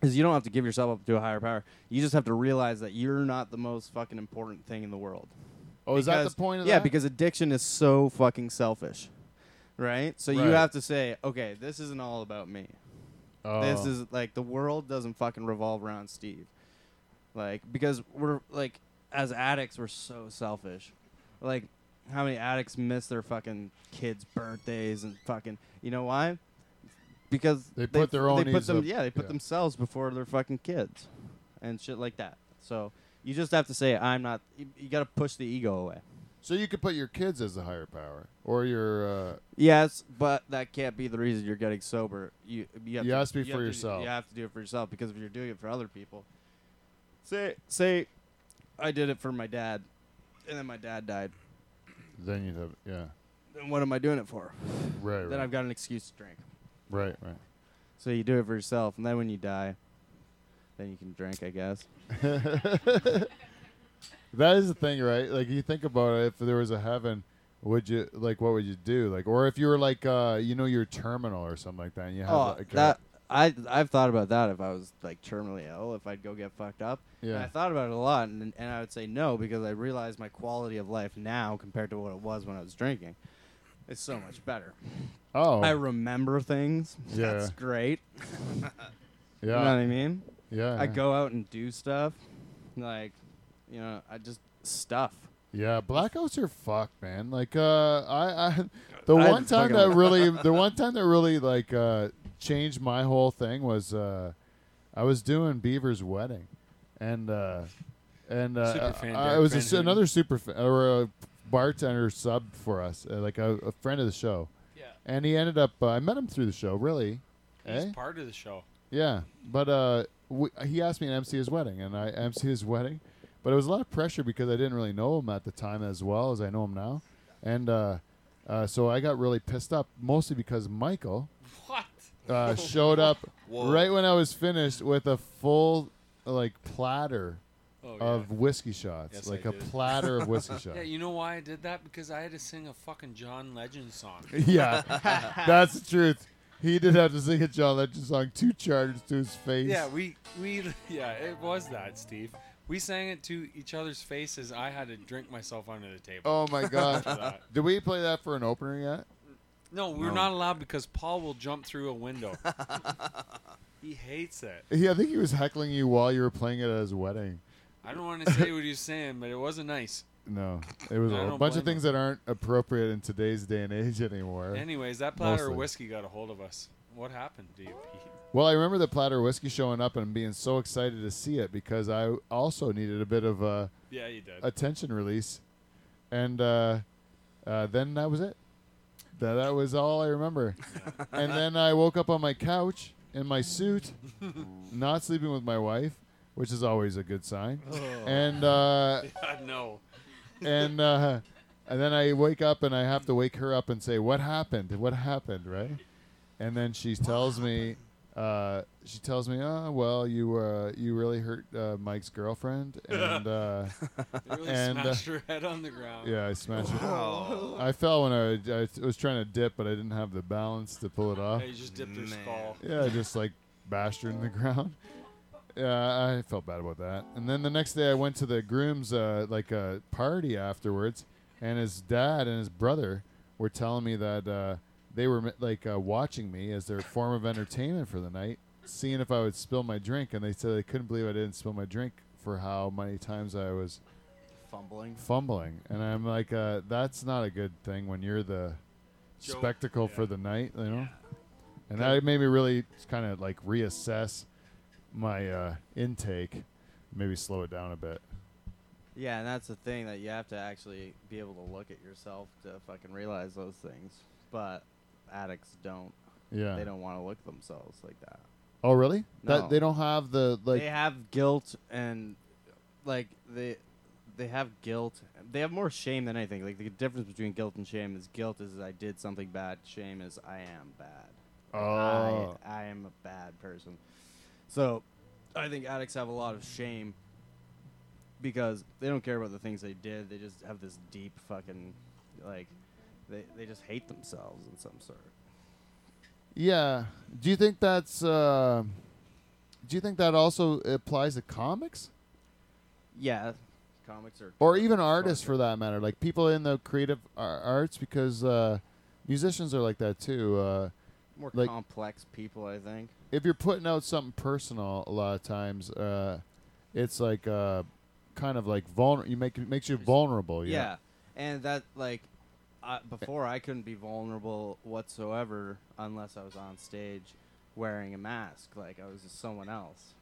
S4: is you don't have to give yourself up to a higher power. You just have to realize that you're not the most fucking important thing in the world.
S1: Oh, is that the
S4: because-
S1: point of
S4: yeah,
S1: that?
S4: because addiction is so fucking selfish, right? So
S1: Right.
S4: you have to say, okay, this isn't all about me.
S1: oh.
S4: This is like the world doesn't fucking revolve around Steve, like because we're like as addicts we're so selfish, like how many addicts miss their fucking kids' birthdays and fucking you know why? Because
S1: They put their own
S4: they put
S1: needs
S4: them
S1: up-
S4: yeah they put
S1: yeah.
S4: themselves before their fucking kids, and shit like that. So you just have to say I'm not. You, you got to push the ego away.
S1: so you could put your kids as a higher power, or your uh,
S4: Yes, but that can't be the reason you're getting sober. You you have
S1: You
S4: to,
S1: has to be for
S4: have
S1: yourself.
S4: You have to do it for yourself because if you're doing it for other people, say say, I did it for my dad, and then my dad died.
S1: then you'd have yeah,
S4: Then what am I doing it for?
S1: right, right,
S4: Then I've got an excuse to drink.
S1: right, right.
S4: So you do it for yourself, and then when you die, then you can drink, I guess.
S1: That is the thing, right? Like you think about it, if there was a heaven, would you like what would you do? Like or if you were like uh you know you're terminal or something like that and you have
S4: Oh,
S1: like
S4: that I I've thought about that if I was like terminally ill, if I'd go get fucked up. And
S1: Yeah.
S4: I thought about it a lot, and and I would say no because I realized my quality of life now compared to what it was when I was drinking. is so much better.
S1: a, Oh
S4: I remember things.
S1: Yeah.
S4: That's great.
S1: yeah, Uh-huh.
S4: You know what I mean?
S1: yeah.
S4: I go out and do stuff. Like, you know, I just stuff.
S1: Yeah, blackouts are fucked, man. Like uh I, I the
S4: I
S1: one time
S4: fucking-
S1: that really the one time that really like uh changed my whole thing was uh I was doing Beaver's wedding and uh and uh,
S6: Super fan,
S1: I, I
S6: Derek
S1: was a
S6: Van
S1: s-
S6: Houten.
S1: another super fa- or a bartender sub for us, uh, like a, a friend of the show.
S6: Yeah.
S1: And he ended up uh, I met him through the show, really.
S6: He's
S1: Eh?
S6: part of the show.
S1: Yeah, but uh, we, he asked me to MC his wedding, and I MC his wedding, but it was a lot of pressure because I didn't really know him at the time as well as I know him now, and uh, uh, so I got really pissed up mostly because Michael
S6: What?
S1: uh, showed up
S3: Whoa.
S1: right when I was finished with a full like platter
S6: Oh,
S1: of whiskey shots,
S6: Yes,
S1: like
S6: I
S1: a
S6: did.
S1: platter of whiskey
S6: yeah.
S1: shots.
S6: yeah, you know why I did that? Because I had to sing a fucking John Legend song.
S1: yeah, that's the truth. He did have to sing a John Legend song, two charges to his face.
S6: Yeah, we we yeah, it was that, Steve. We sang it to each other's faces. I had to drink myself under the table.
S1: Oh my
S6: for
S1: god.
S6: that.
S1: Did we play that for an opener yet?
S6: No, we're not allowed because Paul will jump through a window. he hates it.
S1: Yeah, I think he was heckling you while you were playing it at his wedding.
S6: I don't want to say what he's saying, but it wasn't nice.
S1: No, it was
S6: I
S1: a
S6: don't
S1: bunch of
S6: blame
S1: things that aren't appropriate in today's day and age anymore.
S6: Anyways, that platter
S1: Mostly.
S6: of whiskey got a hold of us. What happened to you, Pete?
S1: well, I remember the platter of whiskey showing up and being so excited to see it because I also needed a bit of uh,
S6: Yeah, you did.
S1: attention release, and uh, uh, then that was it. That that was all I remember. and then I woke up on my couch in my suit, not sleeping with my wife, which is always a good sign. And uh,
S6: no.
S1: and uh, and then I wake up and I have to wake her up and say, "What happened? What happened?" Right? And then she tells me, uh, she tells me, "Oh, well, you uh, you really hurt uh, Mike's girlfriend, and uh,
S6: You really
S1: And, uh,
S6: smashed her head on the ground.
S1: yeah, I smashed her.
S3: Wow.
S1: I fell when I, I was trying to dip, but I didn't have the balance to pull it off.
S6: Yeah, you just dipped her
S3: Man.
S6: skull.
S1: Yeah, I just like bashed her in the ground. Yeah, I felt bad about that. And then the next day, I went to the groom's uh, like uh, party afterwards, and his dad and his brother were telling me that uh, they were like uh, watching me as their form of entertainment for the night, seeing if I would spill my drink, and they said they couldn't believe I didn't spill my drink for how many times I was
S4: Fumbling.
S1: fumbling, and I'm like, uh, that's not a good thing when you're the
S6: Joke.
S1: spectacle
S6: Yeah.
S1: for the night, you know. And that made me really kind of like reassess my uh, intake, maybe slow it down a bit.
S4: Yeah, and that's the thing that you have to actually be able to look at yourself to fucking realize those things. But addicts don't.
S1: Yeah.
S4: They don't want to look at themselves like that.
S1: Oh, really? That
S4: No.
S1: they don't have the like.
S4: they have guilt and like they they have guilt. They have more shame than anything. Like the difference between guilt and shame is guilt is I did something bad. Shame is I am bad.
S1: oh,
S4: I, I am a bad person. So I think addicts have a lot of shame because they don't care about the things they did. They just have this deep fucking like they they just hate themselves in some sort.
S1: yeah. Do you think that's? Uh, do you think that also applies to comics
S4: Yeah. Comics are
S1: or even artists, for that matter? Like people in the creative ar- arts, because uh, musicians are like that too. Uh,
S4: more
S1: like-
S4: complex people, I think.
S1: if you're putting out something personal, a lot of times, uh, it's like uh, kind of like vulnerable. You make it makes you vulnerable. Yeah.
S4: Yeah, and that like I, before I couldn't be vulnerable whatsoever unless I was on stage wearing a mask, like I was just someone else.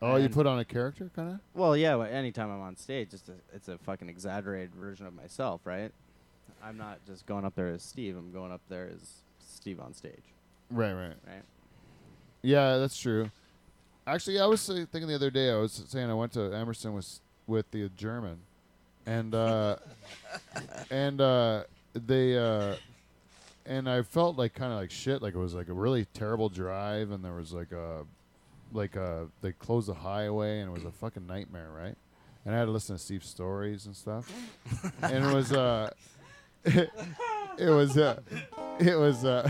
S1: Oh, you
S4: And-
S1: put on a character, kind of.
S4: Well, yeah. But anytime I'm on stage, it's a, it's a fucking exaggerated version of myself, right? I'm not just going up there as Steve. I'm going up there as Steve on stage,
S1: Right, right.
S4: right?
S1: Yeah, that's true. Actually, I was uh, thinking the other day. I was saying I went to Emerson with with the German, and uh, and uh, they uh, and I felt like kind of like shit. Like it was like a really terrible drive, and there was like a like a they closed the highway, and it was a fucking nightmare, right? And I had to listen to Steve's stories and stuff, and it was uh, it, was uh, it was uh.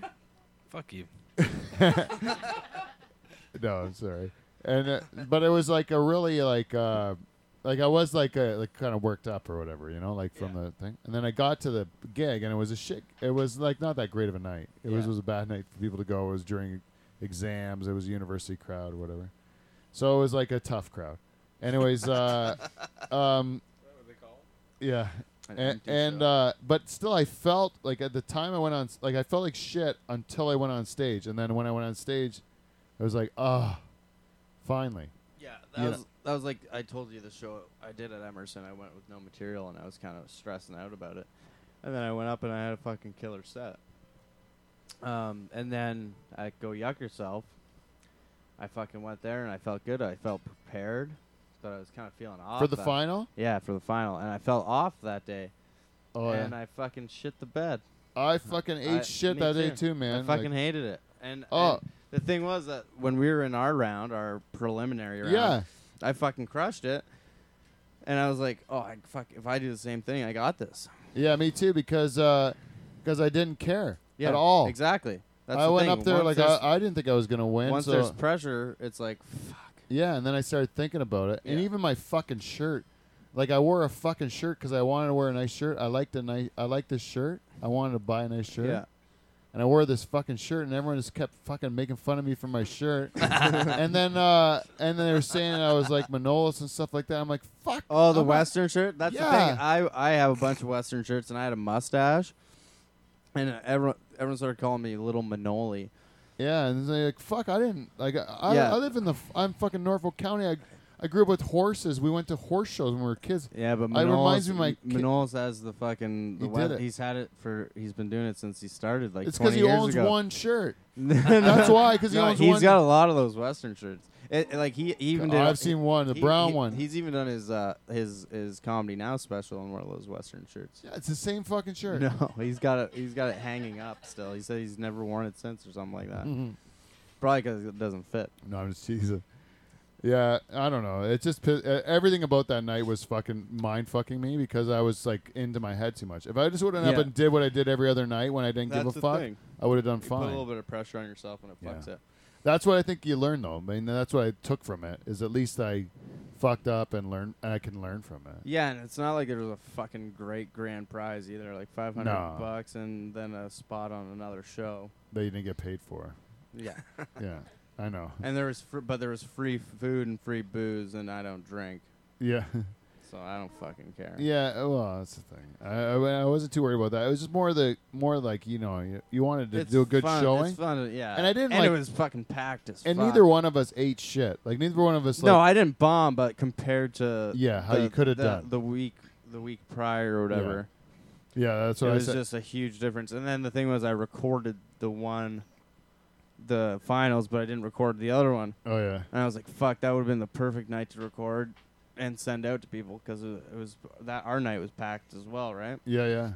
S3: Fuck you.
S1: No, I'm sorry. And uh, but it was like a really like uh like I was like uh like kind of worked up or whatever, you know, like from the thing. And then I got to the gig and it was a shit. It was like not that great of a night. It was
S4: Yeah.
S1: was a bad night for people to go. It was during exams. It was a university crowd or whatever. So it was like a tough crowd. Anyways, uh um yeah.
S4: An
S1: And,
S4: empty
S1: and
S4: shell.
S1: uh, but still, I felt like at the time I went on, s- like I felt like shit until I went on stage, and then when I went on stage, I was like, ah, finally.
S4: Yeah, that
S1: Yeah.
S4: was that was like I told you the show I did at Emerson. I went with no material and I was kind of stressing out about it, and then I went up and I had a fucking killer set. Um, and then I go yuck yourself. I fucking went there and I felt good. I felt prepared, but I was kind of feeling off
S1: For the
S4: that-
S1: final,
S4: Yeah, for the final, and I felt off that day,
S1: oh,
S4: and
S1: yeah.
S4: I fucking shit the bed.
S1: I, fucking ate
S4: I-
S1: shit
S4: me
S1: that day too, man.
S4: I fucking
S1: Like,
S4: hated it. And,
S1: Oh.
S4: and the thing was that when we were in our round, our preliminary round,
S1: Yeah.
S4: I fucking crushed it. And I was like, oh, I fuck, if I do the same thing, I got this.
S1: yeah, me too, because because I didn't care
S4: Yeah,
S1: at all.
S4: Exactly. That's
S1: I
S4: the
S1: went
S4: thing.
S1: up there like
S4: Once
S1: I,
S4: there's-
S1: I didn't think I was gonna win.
S4: once
S1: so
S4: there's pressure, it's like, fuck.
S1: Yeah, and then I started thinking about it, and
S4: Yeah.
S1: even my fucking shirt. Like I wore a fucking shirt because I wanted to wear a nice shirt. I liked a nice. I liked this shirt. I wanted to buy a nice shirt.
S4: Yeah.
S1: And I wore this fucking shirt, and everyone just kept fucking making fun of me for my shirt. and then, uh, and then they were saying I was like Manolis and stuff like that. I'm like, fuck.
S4: Oh, the
S1: I'm not-
S4: Western shirt? That's the
S1: Yeah.
S4: thing. I, I have a bunch of Western shirts, and I had a mustache. And everyone, everyone started calling me Little Manoli.
S1: Yeah, and they're like, fuck. I didn't like. I, I,
S4: Yeah.
S1: I live in the. f- I'm fucking Norfolk County. I, I grew up with horses. We went to horse shows when we were kids.
S4: Yeah, but
S1: I- it
S4: Manolis,
S1: reminds me of my ki-
S4: Manolis has the fucking. The
S1: He
S4: web-
S1: did it.
S4: He's had it for. He's been doing it since he started, like
S1: it's because
S4: twenty
S1: he
S4: years
S1: owns
S4: ago.
S1: one shirt.
S4: That's
S1: That's why, because he
S4: No,
S1: owns
S4: he's
S1: one.
S4: got a lot of those Western shirts. It, like he, he even did.
S1: I've seen one, the
S4: he-
S1: brown
S4: he-
S1: one.
S4: He's even done his uh, his his comedy now special in one of those Western shirts.
S1: Yeah, it's the same fucking shirt.
S4: No, he's got it. He's got it hanging up still. He said he's never worn it since or something like that.
S1: Mm-hmm.
S4: Probably because it doesn't fit.
S1: No, I'm just teasing. Yeah, I don't know. It just pi- uh, everything about that night was fucking mind fucking me because I was like into my head too much. If I just would have up
S4: Yeah.
S1: and did what I did every other night when I didn't
S4: That's
S1: give a
S4: the
S1: fuck,
S4: thing.
S1: I would have done
S4: You put a little
S1: fine.
S4: bit of pressure on yourself and it fucks
S1: Yeah.
S4: it.
S1: That's what I think you learn though. I mean, that's what I took from it is at least I fucked up and learn. I can learn from it.
S4: Yeah, and it's not like it was a fucking great grand prize either. Like 500
S1: No.
S4: bucks and then a spot on another show.
S1: That you didn't get paid for.
S4: Yeah.
S1: Yeah, I know.
S4: and there was fr- but there was free food and free booze and I don't drink,
S1: Yeah,
S4: so I don't fucking care.
S1: yeah. oh, Well, that's the thing. I, I, I wasn't too worried about that. It was just more the more like you know you, you wanted to
S4: It's
S1: do a good
S4: fun-
S1: showing,
S4: It's fun, to- yeah.
S1: And I didn't
S4: And it
S1: like-
S4: was fucking packed as
S1: and
S4: fuck.
S1: neither one of us ate shit. Like neither one of us. Like,
S4: no, I didn't bomb, but compared to
S1: Yeah, how
S4: the-
S1: you coulda
S4: the-
S1: done.
S4: the week the week prior or whatever.
S1: yeah, that's what
S4: it
S1: I
S4: was
S1: said.
S4: just a huge difference. And then the thing was, I recorded the one, the finals, but I didn't record the other one.
S1: oh yeah,
S4: And I was like, "Fuck, that would have been the perfect night to record and send out to people because it it was that our night was packed as well, right?"
S1: yeah, yeah.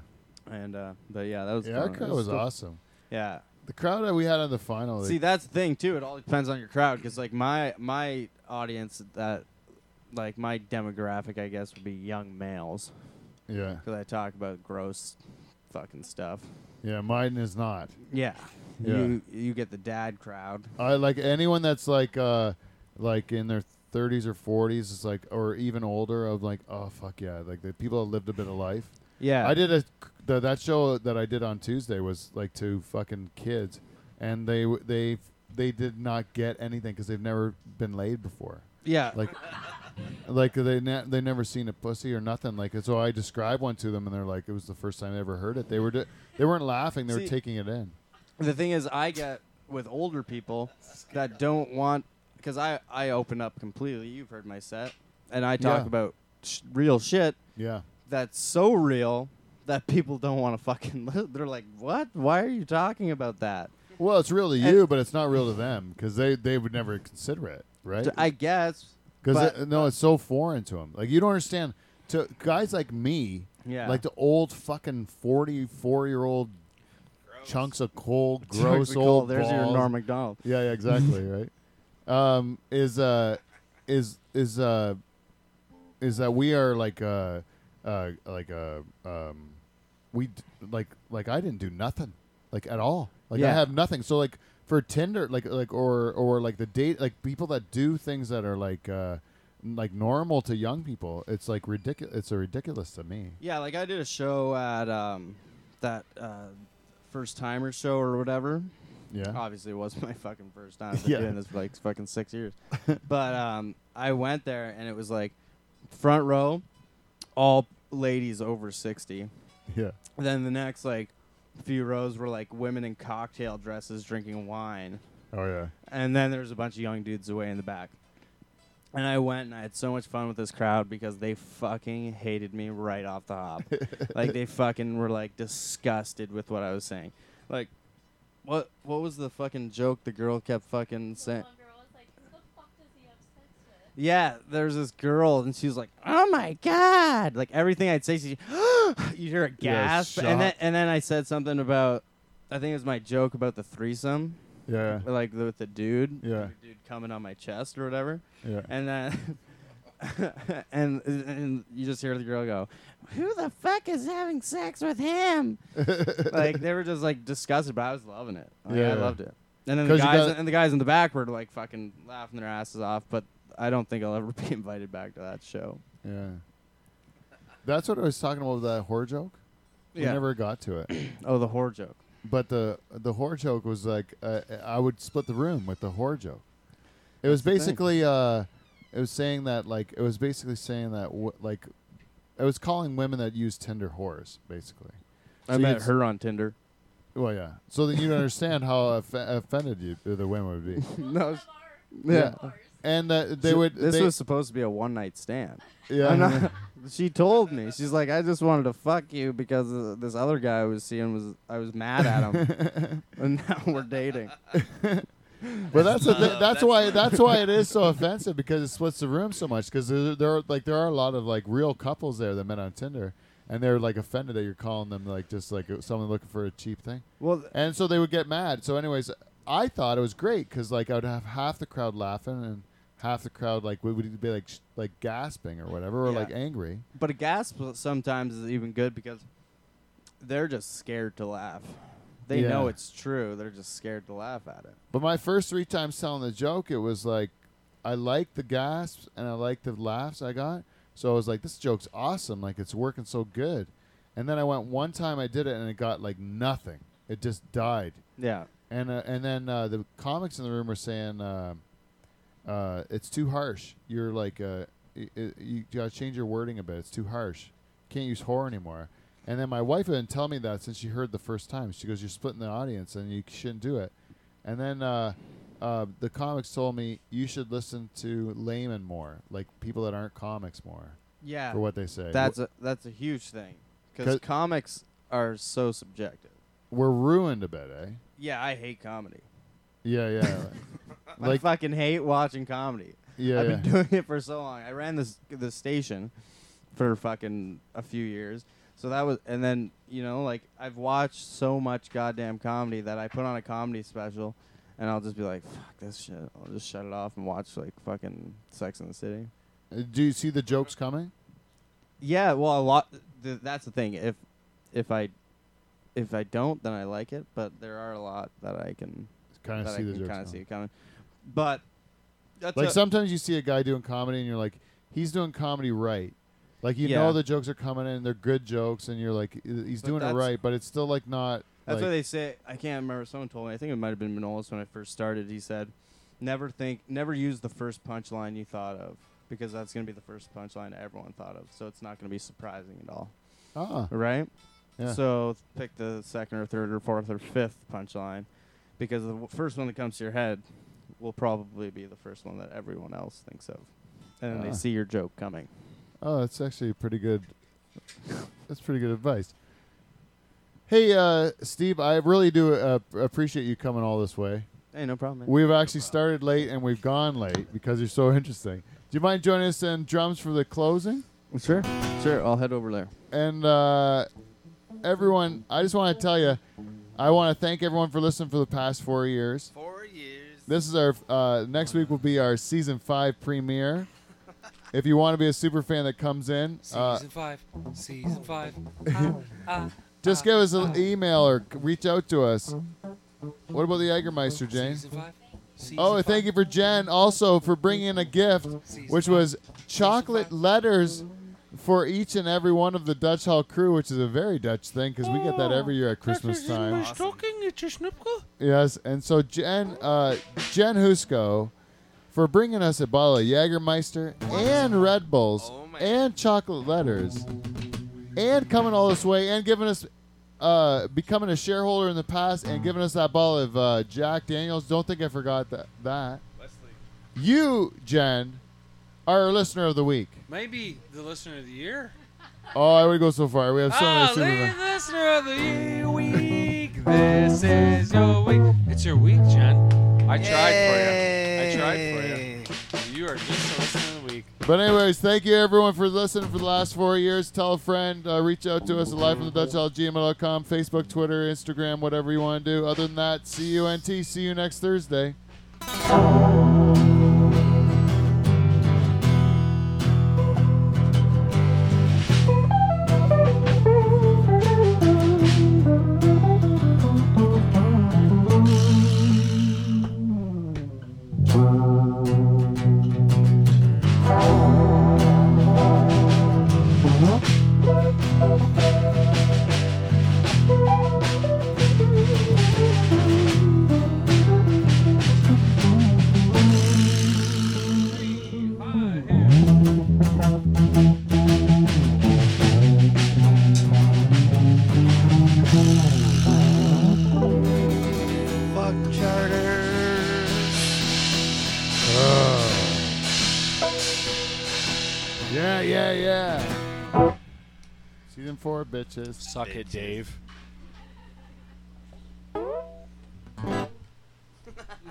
S4: And uh, but yeah, that was
S1: Yeah, our
S4: fun. It
S1: crowd was
S4: still-
S1: awesome.
S4: Yeah,
S1: The crowd that we had on the final.
S4: see
S1: like-
S4: that's the thing too. It all depends on your crowd because like my my audience that like my demographic I guess would be young males
S1: yeah,
S4: because I talk about gross fucking stuff.
S1: yeah. Mine is not.
S4: Yeah.
S1: Yeah.
S4: You you get the dad crowd.
S1: I like anyone that's like uh like in their 30s or 40s is like or even older of like oh fuck yeah like the people that lived a bit of life.
S4: Yeah.
S1: I did a the, that show that I did on Tuesday was like to fucking kids and they w- they they did not get anything cuz they've never been laid before.
S4: Yeah.
S1: Like like they ne- they never seen a pussy or nothing like so I described one to them and they're like it was the first time they ever heard it. They were di- they weren't laughing, they
S4: See-
S1: were taking it in.
S4: the thing is I get with older people that don't want cuz I I open up completely. You've heard my set and I talk
S1: Yeah.
S4: about sh- real shit
S1: Yeah.
S4: that's so real that people don't want to fucking li- they're like, "What? Why are you talking about that?"
S1: Well, it's real to
S4: And-
S1: you, but it's not real to them because they, they would never consider it, right?
S4: I guess but-
S1: Because no, it's so foreign to them. Like you don't understand. To guys like me,
S4: Yeah.
S1: like the old fucking forty-four-year-old chunks of cold,
S4: Sorry, we
S1: gross
S4: call-
S1: old.
S4: There's your
S1: balls.
S4: Norm Macdonald.
S1: Yeah, yeah, exactly, right. Um, is uh, is is uh, is that we are like uh, uh, like uh, um, we d- like like I didn't do nothing like at all. Like I
S4: Yeah.
S1: have nothing. So like for Tinder, like like or or like the date, like people that do things that are like uh, like normal to young people, it's like ridiculous. It's a ridiculous to me.
S4: Yeah, like I did a show at um, that uh, first timer show or whatever.
S1: Yeah,
S4: Obviously, it wasn't my fucking first time. I've been
S1: Yeah.
S4: doing this for like fucking six years. but um, I went there and it was like front row, all ladies over 60.
S1: yeah,
S4: Then the next like few rows were like women in cocktail dresses drinking wine.
S1: oh yeah,
S4: And then there's a bunch of young dudes away in the back. And I went and I had so much fun with this crowd because they fucking hated me right off the hop. like they fucking were like disgusted with what I was saying. Like what what was the fucking joke the girl kept fucking saying? Yeah, there's this girl and she's like, "Oh my god." Like everything I'd say she you hear a
S1: Yeah,
S4: gasp and then
S1: shock.
S4: and then I said something about I think it was my joke about the threesome
S1: yeah,
S4: like the, with the dude,
S1: Yeah.
S4: the dude coming on my chest or whatever,
S1: yeah.
S4: and then and and you just hear the girl go, "Who the fuck is having sex with him?" like they were just like disgusted, but I was loving it. Like,
S1: Yeah.
S4: I loved it. And then the
S1: 'Cause you
S4: guys
S1: got-
S4: and the guys in the back were like fucking laughing their asses off, but I don't think I'll ever be invited back to that show.
S1: Yeah. That's what I was talking about with that whore joke. We
S4: Yeah.
S1: never got to it.
S4: Oh, the whore joke.
S1: But the the whore joke was like uh, I would split the room with the whore joke. It was basically uh, it was saying that like it was basically saying that w- like it was calling women that use Tinder whores basically.
S4: I
S1: So
S4: met
S1: you'd-
S4: her on Tinder.
S1: Well, yeah. So that you understand how off- offended you the women would be.
S4: no,
S1: Yeah. And that they
S4: She-
S1: would.
S4: This
S1: they,
S4: was supposed to be a one night stand.
S1: Yeah.
S4: I'm not- she told me. She's like, I just wanted to fuck you because uh, this other guy I was seeing was I was mad at him, and now we're dating.
S1: But that's the
S3: Uh,
S1: thi- that's,
S3: that's
S1: why that's why it is so offensive because it splits the room so much because there, there are like there are a lot of like real couples there that met on Tinder and they're like offended that you're calling them like just like uh, someone looking for a cheap thing
S4: Well, th-
S1: and so they would get mad so anyways I thought it was great because like I would have half the crowd laughing and half the crowd like would- would be like sh- like gasping or whatever or
S4: Yeah.
S1: like angry
S4: but a gasp sometimes is even good because they're just scared to laugh. They
S1: Yeah.
S4: know it's true. They're just scared to laugh at it.
S1: But my first three times telling the joke, it was like I like the gasps and I like the laughs I got. So I was like, this joke's awesome. Like it's working so good. And then I went one time I did it and it got like nothing. It just died.
S4: Yeah.
S1: And uh, and then uh, the comics in the room were saying uh, uh, it's too harsh. You're like uh, y- y- you gotta change your wording a bit. It's too harsh. Can't use horror anymore. And then my wife didn't tell me that since she heard the first time. She goes, "You're splitting the audience, and you shouldn't do it." And then uh, uh, the comics told me you should listen to laymen more, like people that aren't comics more,
S8: Yeah.
S1: for what they say.
S4: That's a that's a huge thing
S1: 'Cause-
S4: because comics are so subjective.
S1: we're ruined a bit, eh?
S4: Yeah, I hate comedy.
S1: Yeah, yeah,
S4: I
S1: like
S4: fucking hate watching comedy.
S1: yeah.
S4: I've
S1: yeah.
S4: been doing it for so long. I ran this the station for fucking a few years. So that was and then, you know, like I've watched so much goddamn comedy that I put on a comedy special and I'll just be like, fuck this shit. I'll just shut it off and watch like fucking Sex in the City.
S1: Uh, Do you see the jokes coming?
S4: Yeah, well, a lot th- that's the thing. If if I if I don't, then I like it, but there are a lot that I can
S1: Kind
S4: that
S1: of
S4: I
S1: see the
S4: can
S1: jokes.
S4: kind of
S1: coming.
S4: see coming. But that's
S1: Like
S4: a-
S1: sometimes you see a guy doing comedy and you're like, he's doing comedy right. Like you
S4: Yeah.
S1: know the jokes are coming in, and they're good jokes, and you're like, he's
S4: But
S1: doing it
S4: that's-
S1: right, but it's still like not.
S4: That's
S1: like,
S4: why they say. I can't remember. Someone told me. I think it might have been Manolis when I first started. He said, "Never think, never use the first punchline you thought of because that's going to be the first punchline everyone thought of. So it's not going to be surprising at all,
S1: ah,
S4: right?
S1: Yeah.
S4: So pick the second or third or fourth or fifth punchline because the w- first one that comes to your head will probably be the first one that everyone else thinks of, and then
S1: Ah.
S4: they see your joke coming.
S1: oh, that's actually pretty good. that's pretty good advice. Hey, uh, Steve, I really do uh, appreciate you coming all this way.
S4: Hey, no problem. Man.
S1: We've actually started late and we've gone late because you're so interesting. Do you mind joining us in drums for the closing?
S4: sure, sure. I'll head over there.
S1: and uh, everyone, I just want to tell you, I want to thank everyone for listening for the past four years.
S3: Four years.
S1: This is our uh, next week will be our season five premiere. If you want to be a super fan that comes in, uh,
S2: Season five. Season five. Ah, ah,
S1: just give us an email or c- reach out to us. What about the Jägermeister, Jane?
S2: Season five. Season
S1: Oh,
S2: five.
S1: and thank you for Jen also for bringing in a gift, which was chocolate letters for each and every one of the Dutch Hall crew, which is a very Dutch thing because we get that every year at Christmas time. Yes, and so Jen, uh, Jen Husko, for bringing us a bottle of Jägermeister and Red Bulls
S3: Oh my
S1: and chocolate letters, and coming all this way and giving us, uh, becoming a shareholder in the past and giving us that bottle of uh, Jack Daniels. Don't think I forgot that. That
S3: Wesley.
S1: you, Jen, are our listener of the week.
S2: Maybe the listener of the year.
S1: Oh, I would go so far. We have so
S2: ah,
S1: many super.
S2: lead listener of the year week. This is your week. It's your week, Jen. I tried for you. I tried for you. You are just a listener of the week.
S1: But anyways, thank you everyone for listening for the last four years. Tell a friend. Uh, reach out to us at livefromthedutchallgmail.com, Facebook, Twitter, Instagram, whatever you want to do. Other than that, see you NT. See you next Thursday.
S3: Fuck charters.
S1: Yeah, yeah, yeah. Season four, bitches.
S2: Suck it, Dave.